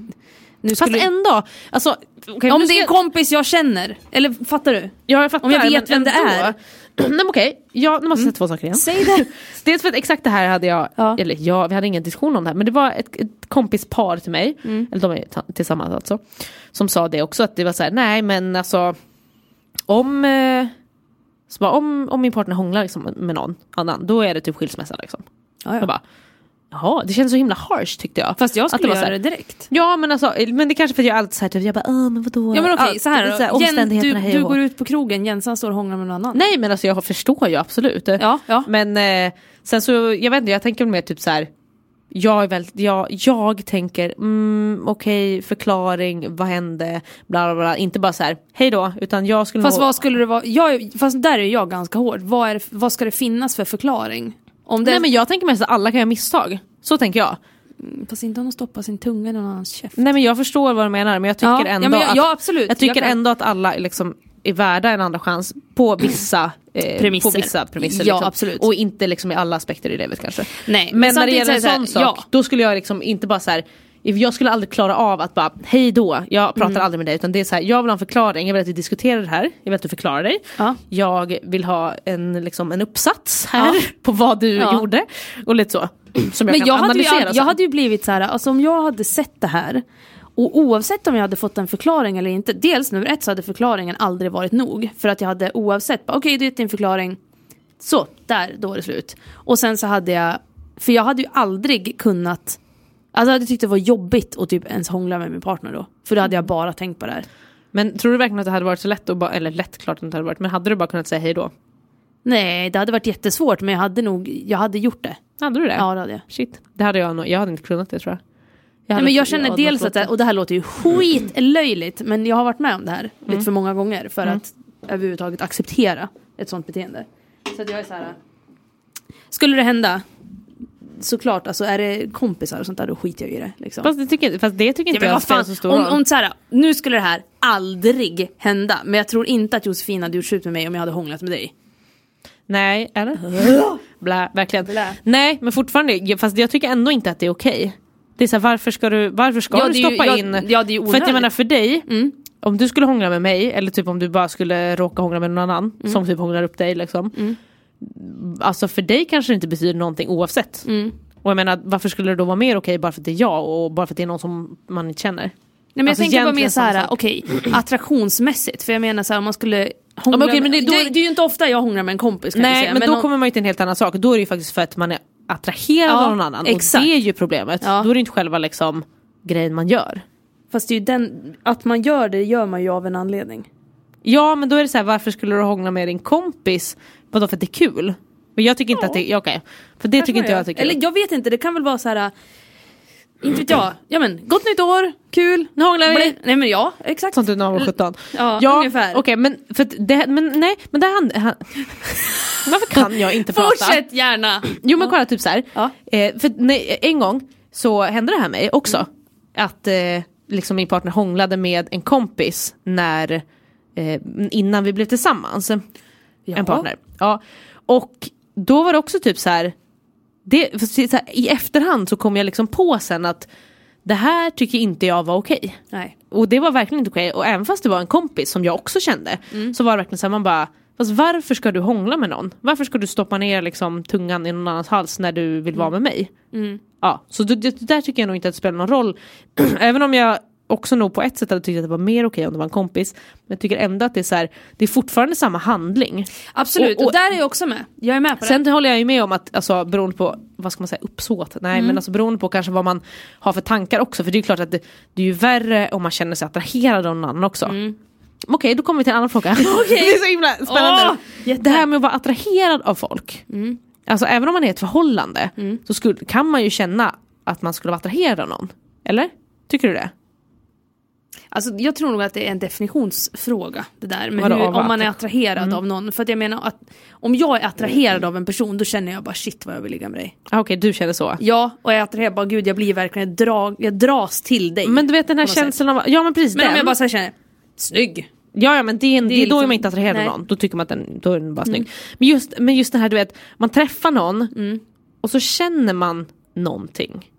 Speaker 1: Nu
Speaker 2: Fast
Speaker 1: skulle...
Speaker 2: ändå. Alltså, okej,
Speaker 1: Om
Speaker 2: nu
Speaker 1: det är en
Speaker 2: ska-
Speaker 1: kompis jag känner. Eller fattar du?
Speaker 2: Ja, jag fattar,
Speaker 1: om jag vet
Speaker 2: men
Speaker 1: vem det
Speaker 2: ändå.
Speaker 1: är. Mm.
Speaker 2: nej, men okej. Ja, nu måste jag säga två saker igen.
Speaker 1: Säg det.
Speaker 2: Dels för att exakt det här hade jag,
Speaker 1: Ja.
Speaker 2: eller ja, vi hade ingen diskussion om det här, men det var ett, ett kompispar till mig,
Speaker 1: Mm.
Speaker 2: eller de är ta- tillsammans alltså, som sa det också att det var så här: nej men alltså om, eh, så bara, om, om min partner hånglar liksom med någon annan, då är det typ skilsmässa liksom.
Speaker 1: Ja, ja.
Speaker 2: Jag bara, jaha, det känns så himla harsh tyckte jag.
Speaker 1: Fast jag
Speaker 2: Att
Speaker 1: skulle
Speaker 2: var så
Speaker 1: göra
Speaker 2: här-
Speaker 1: det direkt.
Speaker 2: Ja men alltså, men det är kanske för att jag alltid så här, typ, jag bara, "Åh, men vadå?
Speaker 1: Ja men okej,
Speaker 2: Allt,
Speaker 1: så här,
Speaker 2: det är
Speaker 1: då.
Speaker 2: här,
Speaker 1: Jen, du,
Speaker 2: omständigheterna, hej
Speaker 1: du
Speaker 2: och hå.
Speaker 1: går ut på krogen, Jensan står och hånglar med någon annan.
Speaker 2: Nej men alltså jag förstår ju absolut.
Speaker 1: Ja, ja.
Speaker 2: Men eh, sen så, jag vet inte, jag tänker mer typ så här. Jag, är väldigt, jag, jag tänker, mm, okej, förklaring, vad hände, bla bla bla. Inte bara så här, hej då, utan jag skulle
Speaker 1: Fast
Speaker 2: nog...
Speaker 1: vad skulle det vara, jag, är- fast där är jag ganska hård. Vad, är, det- vad ska det finnas för förklaring? Om det,
Speaker 2: Nej men jag tänker mest att alla kan göra misstag. Så tänker jag.
Speaker 1: Fast inte om de stoppar sin tunga i någon annans käft.
Speaker 2: Nej men jag förstår vad du menar men jag tycker
Speaker 1: Ja, ja,
Speaker 2: ändå
Speaker 1: men jag-
Speaker 2: att,
Speaker 1: ja, absolut.
Speaker 2: jag tycker
Speaker 1: Jag kan-
Speaker 2: ändå att alla är liksom är värda en andra chans på vissa eh,
Speaker 1: Premisser.
Speaker 2: På vissa premisser
Speaker 1: Ja,
Speaker 2: liksom.
Speaker 1: absolut.
Speaker 2: Och inte liksom i alla aspekter i livet kanske.
Speaker 1: Nej,
Speaker 2: men
Speaker 1: men
Speaker 2: när det
Speaker 1: samtidigt
Speaker 2: gäller en
Speaker 1: så är det
Speaker 2: sån
Speaker 1: så här,
Speaker 2: sak
Speaker 1: ja.
Speaker 2: då skulle jag liksom inte bara så här. Jag skulle aldrig klara av att bara hej då, jag pratar
Speaker 1: Mm.
Speaker 2: aldrig med dig utan det är så här, jag vill ha en förklaring, jag vill att vi diskuterar det här, jag vill att du förklarar dig.
Speaker 1: Ja.
Speaker 2: Jag vill ha en, liksom, en uppsats här på vad du
Speaker 1: Ja.
Speaker 2: gjorde och lite så. Som jag
Speaker 1: Men
Speaker 2: kan
Speaker 1: jag hade, ju,
Speaker 2: analysera
Speaker 1: jag
Speaker 2: sen.
Speaker 1: hade ju blivit så här, alltså om jag hade sett det här och oavsett om jag hade fått en förklaring eller inte, dels nummer ett så hade förklaringen aldrig varit nog. För att jag hade oavsett, bara, okej det är din förklaring, så, där, då är det slut. Och sen så hade jag, för jag hade ju aldrig kunnat, alltså jag hade tyckt det var jobbigt att typ ens hångla med min partner då. För då hade jag bara tänkt på det här.
Speaker 2: Men tror du verkligen att det hade varit så lätt att bara, eller lätt klart det inte hade varit, men hade du bara kunnat säga hej då?
Speaker 1: Nej, det hade varit jättesvårt men jag hade nog, jag hade gjort det.
Speaker 2: Hade du det?
Speaker 1: Ja, det hade jag.
Speaker 2: Shit, det hade jag nog, jag hade inte kunnat det tror jag. jag
Speaker 1: Nej,
Speaker 2: hade-
Speaker 1: men jag känner
Speaker 2: hade
Speaker 1: dels
Speaker 2: varit
Speaker 1: att, det, och det här låter ju skitlöjligt, men jag har varit med om det här lite för många gånger för att överhuvudtaget acceptera ett sånt beteende. Så att jag är så här. äh, Skulle det hända, såklart, alltså är det kompisar och sånt där då skiter jag i det. Liksom.
Speaker 2: Fast det tycker, fast det tycker
Speaker 1: Ja,
Speaker 2: inte
Speaker 1: men
Speaker 2: jag
Speaker 1: vad
Speaker 2: spelar
Speaker 1: fan,
Speaker 2: så stor
Speaker 1: om,
Speaker 2: roll.
Speaker 1: om så här, nu skulle det här aldrig hända, men jag tror inte att Josefin hade gjort slut med mig om jag hade hånglat med dig.
Speaker 2: Nej, eller? Blä, verkligen.
Speaker 1: Blä.
Speaker 2: Nej, men fortfarande, fast jag tycker ändå inte att det är okej. Det är så här, varför ska du, varför ska
Speaker 1: Ja,
Speaker 2: du
Speaker 1: det är ju-
Speaker 2: stoppa
Speaker 1: ja,
Speaker 2: in?
Speaker 1: ja, det är ju
Speaker 2: för
Speaker 1: onödigt.
Speaker 2: att jag
Speaker 1: Mm.
Speaker 2: menar för dig, om du skulle hångla med mig eller typ om du bara skulle råka hångla med någon annan
Speaker 1: Mm.
Speaker 2: som typ hånglar upp dig liksom. Alltså för dig kanske det inte betyder någonting oavsett.
Speaker 1: Mm.
Speaker 2: Och jag menar varför skulle det då vara mer okej bara för att det är jag och bara för att det är någon som man inte känner?
Speaker 1: Nej, men
Speaker 2: Alltså,
Speaker 1: jag tänker bara mer
Speaker 2: egentligen
Speaker 1: så här,
Speaker 2: samma
Speaker 1: okej, attraktionsmässigt. För jag menar så här, om man skulle hångla
Speaker 2: men okej, men det-
Speaker 1: med,
Speaker 2: då-
Speaker 1: det, det är ju inte ofta jag hånglar med en kompis kan jag
Speaker 2: Nej
Speaker 1: säga.
Speaker 2: men, då
Speaker 1: om-
Speaker 2: kommer man ju till en helt annan sak, då är det ju faktiskt för att man är attraherad
Speaker 1: Ja,
Speaker 2: av någon annan
Speaker 1: exakt.
Speaker 2: och det är ju problemet.
Speaker 1: Ja.
Speaker 2: Då är det inte själva liksom grejen man gör.
Speaker 1: Fast det är ju den, att man gör det gör man ju av en anledning.
Speaker 2: Ja men då är det så här, varför skulle du hångla med din kompis? Vadå för att det är kul? Men jag tycker inte att det är, ja, okej. För det tycker inte jag, tycker.
Speaker 1: Eller jag vet inte, det kan väl vara så här. äh, Inte vet jag. Ja men, gott nytt år, kul.
Speaker 2: nu hånglar vi!
Speaker 1: Blä- Nej men ja, exakt.
Speaker 2: Sånt du när man var 17.
Speaker 1: Ja, ungefär.
Speaker 2: Okej men för att det, men nej men det han, han Varför kan jag inte prata?
Speaker 1: Fortsätt gärna!
Speaker 2: Jo men kolla typ så här.
Speaker 1: Ja.
Speaker 2: Eh, för nej, en gång så hände det här mig också.
Speaker 1: Mm.
Speaker 2: Att eh, liksom min partner hånglade med en kompis när, eh, innan vi blev tillsammans. En partner. Ja. Och då var det också typ så här. Det, för så här, I efterhand så kom jag liksom på sen att det här tycker inte jag var okej.
Speaker 1: Nej.
Speaker 2: Och det var verkligen inte okej. Och även fast det var en kompis som jag också kände så var det verkligen så här, man bara Fast varför ska du hångla med någon? Varför ska du stoppa ner liksom tungan i någon annans hals när du vill vara med mig? Ja, så det, det där tycker jag nog inte att det spelar någon roll. även om jag också nog på ett sätt hade tyckt att det var mer okej om det var en kompis. Men jag tycker ändå att det är så här, det är fortfarande samma handling.
Speaker 1: Absolut, och,
Speaker 2: Och- och-
Speaker 1: där är jag också med. Jag är med på det.
Speaker 2: Sen håller jag ju med om att alltså, beroende på vad ska man säga, uppsåt, nej
Speaker 1: Mm.
Speaker 2: men alltså beroende på kanske vad man har för tankar också. För det är ju klart att det, det är ju värre om man känner sig attraherad av någon annan också.
Speaker 1: Mm.
Speaker 2: Okej, då kommer vi till en annan fråga. Det är så himla spännande.
Speaker 1: Åh, jätte- Mm.
Speaker 2: det här med att vara attraherad av folk. Alltså även om man är i ett förhållande så skulle, kan man ju känna att man skulle vara attraherad av någon. Eller? Tycker du det?
Speaker 1: Alltså, jag tror nog att det är en definitionsfråga det där. Med
Speaker 2: Vadå,
Speaker 1: hur,
Speaker 2: av
Speaker 1: om man
Speaker 2: att-
Speaker 1: är attraherad av någon. För att jag menar att om jag är attraherad av en person då känner jag bara shit vad jag vill ligga med dig.
Speaker 2: Ah, Okej, du känner så.
Speaker 1: Ja, och jag är attraherad bara gud jag blir verkligen, drag, jag dras till dig.
Speaker 2: Men du vet den här
Speaker 1: På något sätt.
Speaker 2: känslan av, ja men precis
Speaker 1: Men
Speaker 2: den.
Speaker 1: om jag bara så här känner, snygg.
Speaker 2: Ja, ja men det, är- det, är då
Speaker 1: liksom-
Speaker 2: är man inte attraherad
Speaker 1: nej. Mm.
Speaker 2: av någon, då tycker man att den, då är den bara snygg. Men, just, men just det här du vet, man träffar någon
Speaker 1: Mm.
Speaker 2: och så känner man någonting.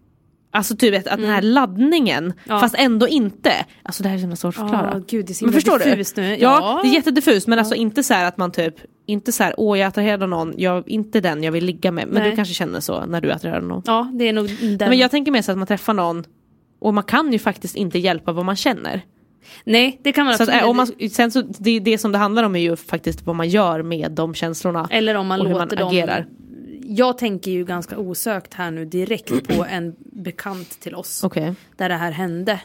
Speaker 2: Alltså typ vet, att den här laddningen,
Speaker 1: Mm. Ja.
Speaker 2: fast ändå inte. Alltså det här är så himla svårt att förklara.
Speaker 1: Ja, gud, det är så
Speaker 2: men
Speaker 1: himla
Speaker 2: förstår
Speaker 1: diffust
Speaker 2: du?
Speaker 1: nu.
Speaker 2: Ja,
Speaker 1: Ja.
Speaker 2: det är jättediffust men alltså inte så här att man typ, inte så här åh jag är attraherad av någon, jag, inte den jag vill ligga med. Men
Speaker 1: Nej.
Speaker 2: du kanske känner så när du är attraherad av någon.
Speaker 1: Ja, det är nog den.
Speaker 2: Men jag tänker mer så att man träffar någon och man kan ju faktiskt inte hjälpa vad man känner.
Speaker 1: Nej, Alltså, det kan man
Speaker 2: Så att,
Speaker 1: absolut
Speaker 2: eh, om man, sen så, det, det som det handlar om är ju faktiskt vad man gör med de känslorna.
Speaker 1: Eller om man
Speaker 2: och hur
Speaker 1: låter
Speaker 2: man
Speaker 1: dem...
Speaker 2: agerar.
Speaker 1: Jag tänker ju ganska osökt här nu direkt på en bekant till oss.
Speaker 2: Okej.
Speaker 1: där det här hände.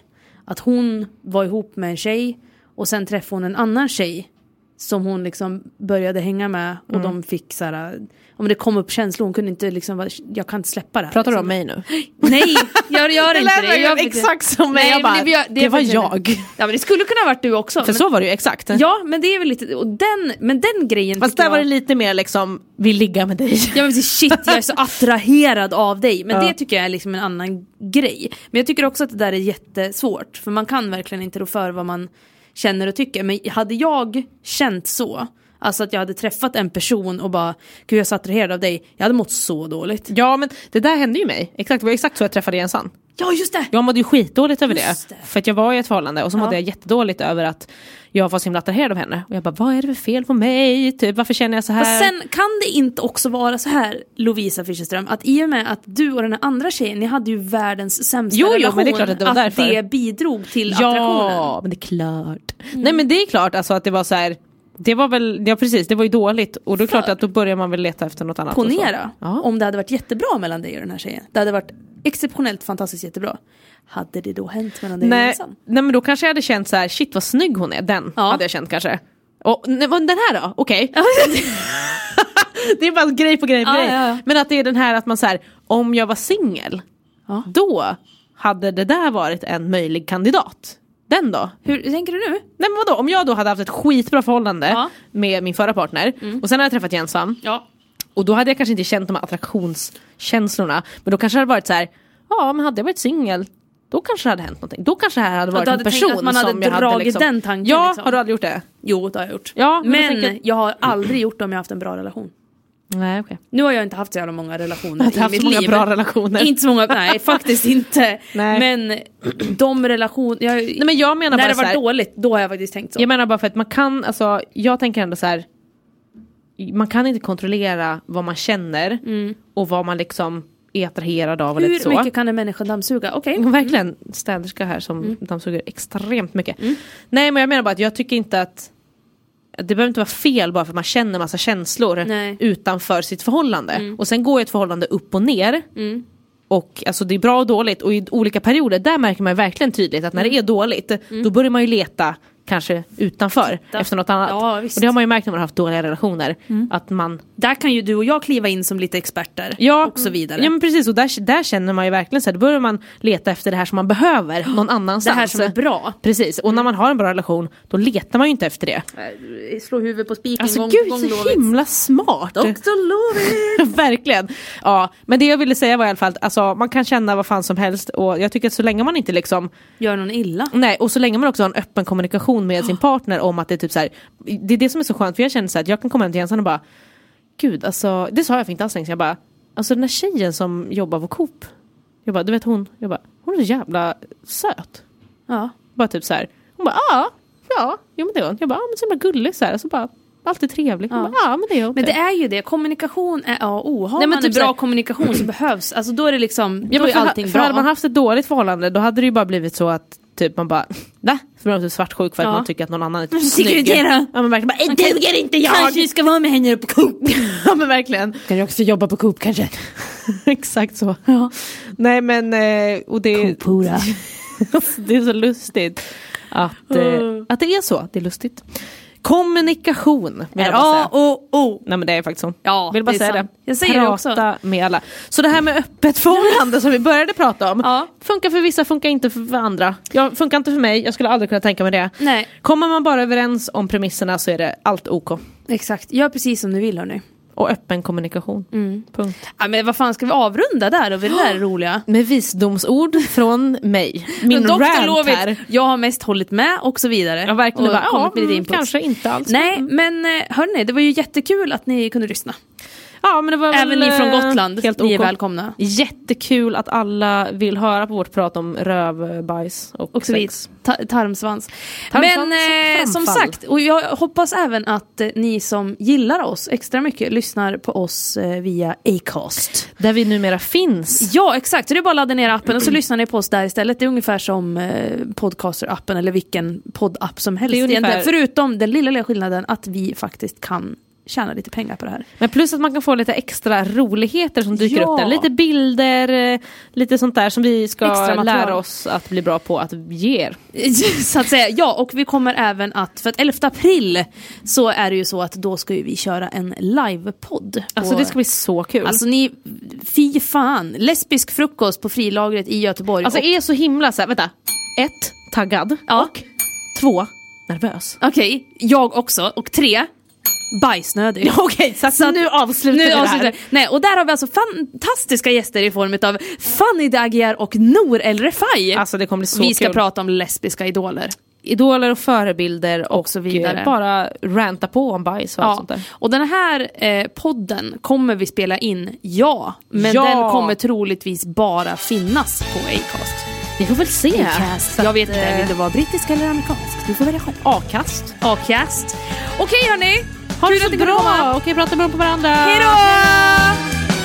Speaker 1: Att hon var ihop med en tjej och sen träffade hon en annan tjej som hon liksom började hänga med
Speaker 2: Mm.
Speaker 1: och de fick så här, eh, om det kom upp känslor, hon kunde inte liksom, vara- jag kan inte släppa det här.
Speaker 2: Pratar du
Speaker 1: liksom.
Speaker 2: om mig nu?
Speaker 1: Nej, jag gör inte det. Jag gör inte det.
Speaker 2: som
Speaker 1: Nej,
Speaker 2: jag
Speaker 1: men
Speaker 2: bara, det,
Speaker 1: gör- är
Speaker 2: var
Speaker 1: faktiskt-
Speaker 2: jag.
Speaker 1: Ja men det skulle kunna ha varit du också.
Speaker 2: För
Speaker 1: men,
Speaker 2: så var det ju exakt.
Speaker 1: Ja men det är väl lite, och den, men den grejen
Speaker 2: Fast
Speaker 1: tycker
Speaker 2: där var det
Speaker 1: jag-
Speaker 2: lite mer liksom, vill ligga med dig.
Speaker 1: Ja men precis, shit jag är så attraherad av dig. Men det tycker jag är liksom en annan grej. Men jag tycker också att det där är jättesvårt. För man kan verkligen inte rå för vad man känner och tycker. Men hade jag känt så, alltså att jag hade träffat en person och bara gud jag är så attraherad av dig. Jag hade mått så dåligt.
Speaker 2: Ja men det där hände ju mig. Exakt, det var exakt så jag träffade Jensan.
Speaker 1: Ja just det!
Speaker 2: Jag mådde ju skitdåligt över det.
Speaker 1: Just det.
Speaker 2: För att jag var i ett förhållande och så mådde jag jättedåligt över att jag var så himla attraherad av henne. Och jag bara, vad är det för fel på mig? Typ, varför känner jag så
Speaker 1: Och
Speaker 2: här?
Speaker 1: sen kan det inte också vara så här Lovisa Fischerström att i och med att du och den här andra tjejen, ni hade ju världens sämsta
Speaker 2: Jo, jo, men det är
Speaker 1: relation.
Speaker 2: klart att det var därför.
Speaker 1: det bidrog till attraktionen. Mm.
Speaker 2: Ja, men det är klart. Nej men det är klart alltså att det var så här. Det var väl, ja precis det var ju dåligt och då är det klart att då börjar man väl leta efter något annat. och så.
Speaker 1: Ponera
Speaker 2: Ja.
Speaker 1: om det hade varit jättebra mellan dig och den här tjejen. Det hade varit Exceptionellt fantastiskt jättebra. Hade det då hänt mellan dig och
Speaker 2: Nej,
Speaker 1: Jossan?
Speaker 2: nej men då kanske jag hade känt så här: shit vad snygg hon är, den
Speaker 1: Ja.
Speaker 2: hade jag känt kanske. Och, nej, men den här då? Okej. det är bara grej på grej på
Speaker 1: Ja,
Speaker 2: grej.
Speaker 1: ja, ja.
Speaker 2: Men att det är den här att man så här, om jag var singel,
Speaker 1: Ja.
Speaker 2: då hade det där varit en möjlig kandidat. Den då?
Speaker 1: Hur tänker du nu?
Speaker 2: Nej men vadå, om jag då hade haft ett skitbra förhållande
Speaker 1: Ja. Mm.
Speaker 2: med min förra partner och sen hade jag träffat Jensan
Speaker 1: Ja.
Speaker 2: och då hade jag kanske inte känt de här attraktionskänslorna men då kanske det hade varit så här, ja men hade jag varit singel då kanske det hade hänt någonting. Då kanske det här hade varit
Speaker 1: du
Speaker 2: en
Speaker 1: hade tänkt
Speaker 2: person
Speaker 1: att man hade
Speaker 2: som jag hade
Speaker 1: dragit
Speaker 2: liksom...
Speaker 1: den tanken,
Speaker 2: Ja,
Speaker 1: liksom.
Speaker 2: har du aldrig gjort det?
Speaker 1: Jo, det har jag gjort.
Speaker 2: Ja, men
Speaker 1: men
Speaker 2: jag tänker-
Speaker 1: jag har aldrig gjort det om jag har haft en bra relation.
Speaker 2: Nej okej.
Speaker 1: Nu har jag inte haft så jävla många relationer
Speaker 2: Jag har inte
Speaker 1: i
Speaker 2: haft
Speaker 1: mitt
Speaker 2: så många
Speaker 1: liv.
Speaker 2: bra relationer.
Speaker 1: Inte så många, nej faktiskt inte.
Speaker 2: Nej.
Speaker 1: Men de relationer, jag,
Speaker 2: Nej men jag menar
Speaker 1: när
Speaker 2: bara
Speaker 1: det
Speaker 2: så
Speaker 1: var
Speaker 2: här,
Speaker 1: dåligt, då har jag faktiskt tänkt så.
Speaker 2: jag menar bara för att man kan, alltså jag tänker ändå så här. man kan inte kontrollera vad man känner och vad man liksom är attraherad av eller
Speaker 1: Mm. Hur
Speaker 2: så.
Speaker 1: mycket kan en människa dammsuga? Okej.
Speaker 2: Mm, Verkligen städerska här som
Speaker 1: Mm.
Speaker 2: dammsuger extremt mycket. Nej men jag menar bara att jag tycker inte att det behöver inte vara fel bara för att man känner massa känslor
Speaker 1: Nej. Mm.
Speaker 2: utanför sitt förhållande. Och sen går ju ett förhållande upp och ner. Och alltså det är bra och dåligt och i olika perioder där märker man ju verkligen tydligt att när
Speaker 1: Mm.
Speaker 2: det är dåligt då börjar man ju leta kanske utanför
Speaker 1: Titta.
Speaker 2: efter något annat.
Speaker 1: Ja, visst. Mm.
Speaker 2: och det har man ju märkt när man har haft dåliga relationer. Att man
Speaker 1: Där kan ju du och jag kliva in som lite experter
Speaker 2: Ja, Mm.
Speaker 1: och så vidare.
Speaker 2: Ja men precis och där, där känner man ju verkligen så här, då börjar man leta efter det här som man behöver någon
Speaker 1: det
Speaker 2: annanstans.
Speaker 1: här som är bra.
Speaker 2: Precis, och när man har en bra relation då letar man ju inte efter det.
Speaker 1: Slå huvudet på spiken
Speaker 2: Alltså gud så himla smart! verkligen! Ja, men det jag ville säga var i alla fall att alltså, man kan känna vad fan som helst och jag tycker att så länge man inte liksom
Speaker 1: Gör någon illa?
Speaker 2: Nej, och så länge man också har en öppen kommunikation med sin partner om att det är typ så här, det är det som är så skönt för jag känner så här att jag kan komma hem till Jensan och bara Gud alltså, det sa jag för inte alls länge sedan, jag bara Alltså den här tjejen som jobbar på Coop Jag bara, du vet hon, jag bara, hon är så jävla söt
Speaker 1: Ja.
Speaker 2: Bara typ så här, hon bara ja, ja, jo men det är hon Jag bara, ja men så himla gullig så här, alltså bara Alltid trevlig, hon
Speaker 1: Ja.
Speaker 2: ja. bara, ja men det är hon
Speaker 1: Men det
Speaker 2: typ.
Speaker 1: är ju det, kommunikation är A och O. Har
Speaker 2: Nej, men
Speaker 1: man
Speaker 2: typ
Speaker 1: en bra
Speaker 2: så här-
Speaker 1: kommunikation som behövs, alltså då är det liksom, då
Speaker 2: Ja, men
Speaker 1: är
Speaker 2: för,
Speaker 1: allting
Speaker 2: för
Speaker 1: bra.
Speaker 2: hade man haft ett dåligt förhållande då hade det ju bara blivit så att typ man bara, nej, för man är typ svartsjuk för att
Speaker 1: Ja.
Speaker 2: man tycker att någon annan är typ
Speaker 1: Tycker du
Speaker 2: snygg.
Speaker 1: det då?
Speaker 2: Ja men verkligen bara, "Äh, duger inte jag!
Speaker 1: ska vara med henne på Coop.
Speaker 2: ja men verkligen.
Speaker 1: Kan du också jobba på Coop kanske?
Speaker 2: Exakt så.
Speaker 1: Ja.
Speaker 2: Nej men, eh, och det,
Speaker 1: Coop-hora.
Speaker 2: det är så lustigt att, eh,
Speaker 1: Mm.
Speaker 2: att det är så. Det är lustigt. Kommunikation vill
Speaker 1: Är
Speaker 2: jag bara
Speaker 1: A
Speaker 2: säga.
Speaker 1: och O.
Speaker 2: Nej men det är faktiskt så.
Speaker 1: oh, Ja,
Speaker 2: vill bara
Speaker 1: det är
Speaker 2: säga
Speaker 1: sant.
Speaker 2: det.
Speaker 1: Jag säger det
Speaker 2: Prata
Speaker 1: också.
Speaker 2: med alla. Så det här med öppet förhållande som vi började prata om.
Speaker 1: Ja.
Speaker 2: Funkar för vissa, funkar inte för andra. Jag, funkar inte för mig, jag skulle aldrig kunna tänka mig det.
Speaker 1: Nej.
Speaker 2: Kommer man bara överens om premisserna så är det allt OK.
Speaker 1: Exakt, gör precis som du vill hörni.
Speaker 2: Och öppen kommunikation.
Speaker 1: Mm.
Speaker 2: Punkt.
Speaker 1: Ja, men vad fan ska vi avrunda där då? vid Det där roliga.
Speaker 2: Med visdomsord från mig. Min
Speaker 1: Doktor
Speaker 2: rant
Speaker 1: Lovitz,
Speaker 2: här.
Speaker 1: Jag har mest hållit med och så vidare.
Speaker 2: Ja verkligen,
Speaker 1: Och
Speaker 2: bara, ja,
Speaker 1: kommit med lite
Speaker 2: mm,
Speaker 1: inputs.
Speaker 2: kanske inte alls.
Speaker 1: Nej, men eh, hörni, det var ju jättekul att ni kunde lyssna.
Speaker 2: Ja, men det var
Speaker 1: Även
Speaker 2: väl,
Speaker 1: ni från
Speaker 2: eh,
Speaker 1: Gotland,
Speaker 2: helt
Speaker 1: ni är
Speaker 2: OK.
Speaker 1: välkomna.
Speaker 2: Jättekul att alla vill höra på vårt prat om röv, eh, bajs och,
Speaker 1: Och så vidare.
Speaker 2: sex.
Speaker 1: Ta- tarmsvans.
Speaker 2: Tarmsvans
Speaker 1: Men eh,
Speaker 2: och
Speaker 1: som
Speaker 2: framfall.
Speaker 1: sagt, och jag hoppas även att eh, ni som gillar oss extra mycket lyssnar på oss eh, via Acast.
Speaker 2: Där vi numera finns.
Speaker 1: Ja, exakt. Så det är bara att ladda ner appen och så lyssnar ni på oss där istället. Det är ungefär som eh, podcaster-appen eller vilken poddapp som helst.
Speaker 2: Det är ungefär-
Speaker 1: egentligen. Förutom den lilla, lilla skillnaden att vi faktiskt kan tjäna lite pengar på det här.
Speaker 2: Men plus att man kan få lite extra roligheter som dyker
Speaker 1: Ja.
Speaker 2: upp där. Lite bilder, eh, lite sånt där som vi
Speaker 1: Extra
Speaker 2: ska
Speaker 1: material.
Speaker 2: lära oss att bli bra på att ge er.
Speaker 1: så att säga. Ja, och vi kommer även att, för att 11 april så är det ju så att då ska ju vi köra en livepodd.
Speaker 2: Alltså
Speaker 1: på-
Speaker 2: det ska bli så kul. Alltså,
Speaker 1: Alltså ni, fy fan. Lesbisk frukost på frilagret i Göteborg. Och-
Speaker 2: Alltså, är så himla såhär, vänta. Ett, taggad.
Speaker 1: Ja.
Speaker 2: Och två, nervös.
Speaker 1: Okej, jag också. Och tre, bajsnödig.
Speaker 2: Okej, så, att nu avslutar vi
Speaker 1: Nu
Speaker 2: det här.
Speaker 1: avslutar vi. Nej, och där har vi alltså fantastiska gäster i form av Fanny Dagier och Nour El Refai.
Speaker 2: Alltså det kommer bli så
Speaker 1: vi ska
Speaker 2: kul.
Speaker 1: prata om lesbiska idoler.
Speaker 2: idoler och förebilder och,
Speaker 1: så vidare.
Speaker 2: eh, bara ranta på om bajs och allt
Speaker 1: Ja.
Speaker 2: sånt där.
Speaker 1: Och den här eh, podden kommer vi spela in, ja. Men
Speaker 2: Ja.
Speaker 1: den kommer troligtvis bara finnas på Acast.
Speaker 2: Vi får väl se.
Speaker 1: Acast. Jag vet
Speaker 2: Eh,
Speaker 1: inte, vill det vara brittisk eller amerikansk? Du får välja själv.
Speaker 2: Avkast.
Speaker 1: Acast. Okej hörni,
Speaker 2: Ha
Speaker 1: Kul
Speaker 2: det
Speaker 1: att
Speaker 2: så
Speaker 1: ni kunde komma.
Speaker 2: bra! Okej, prata bra på varandra.
Speaker 1: hej då!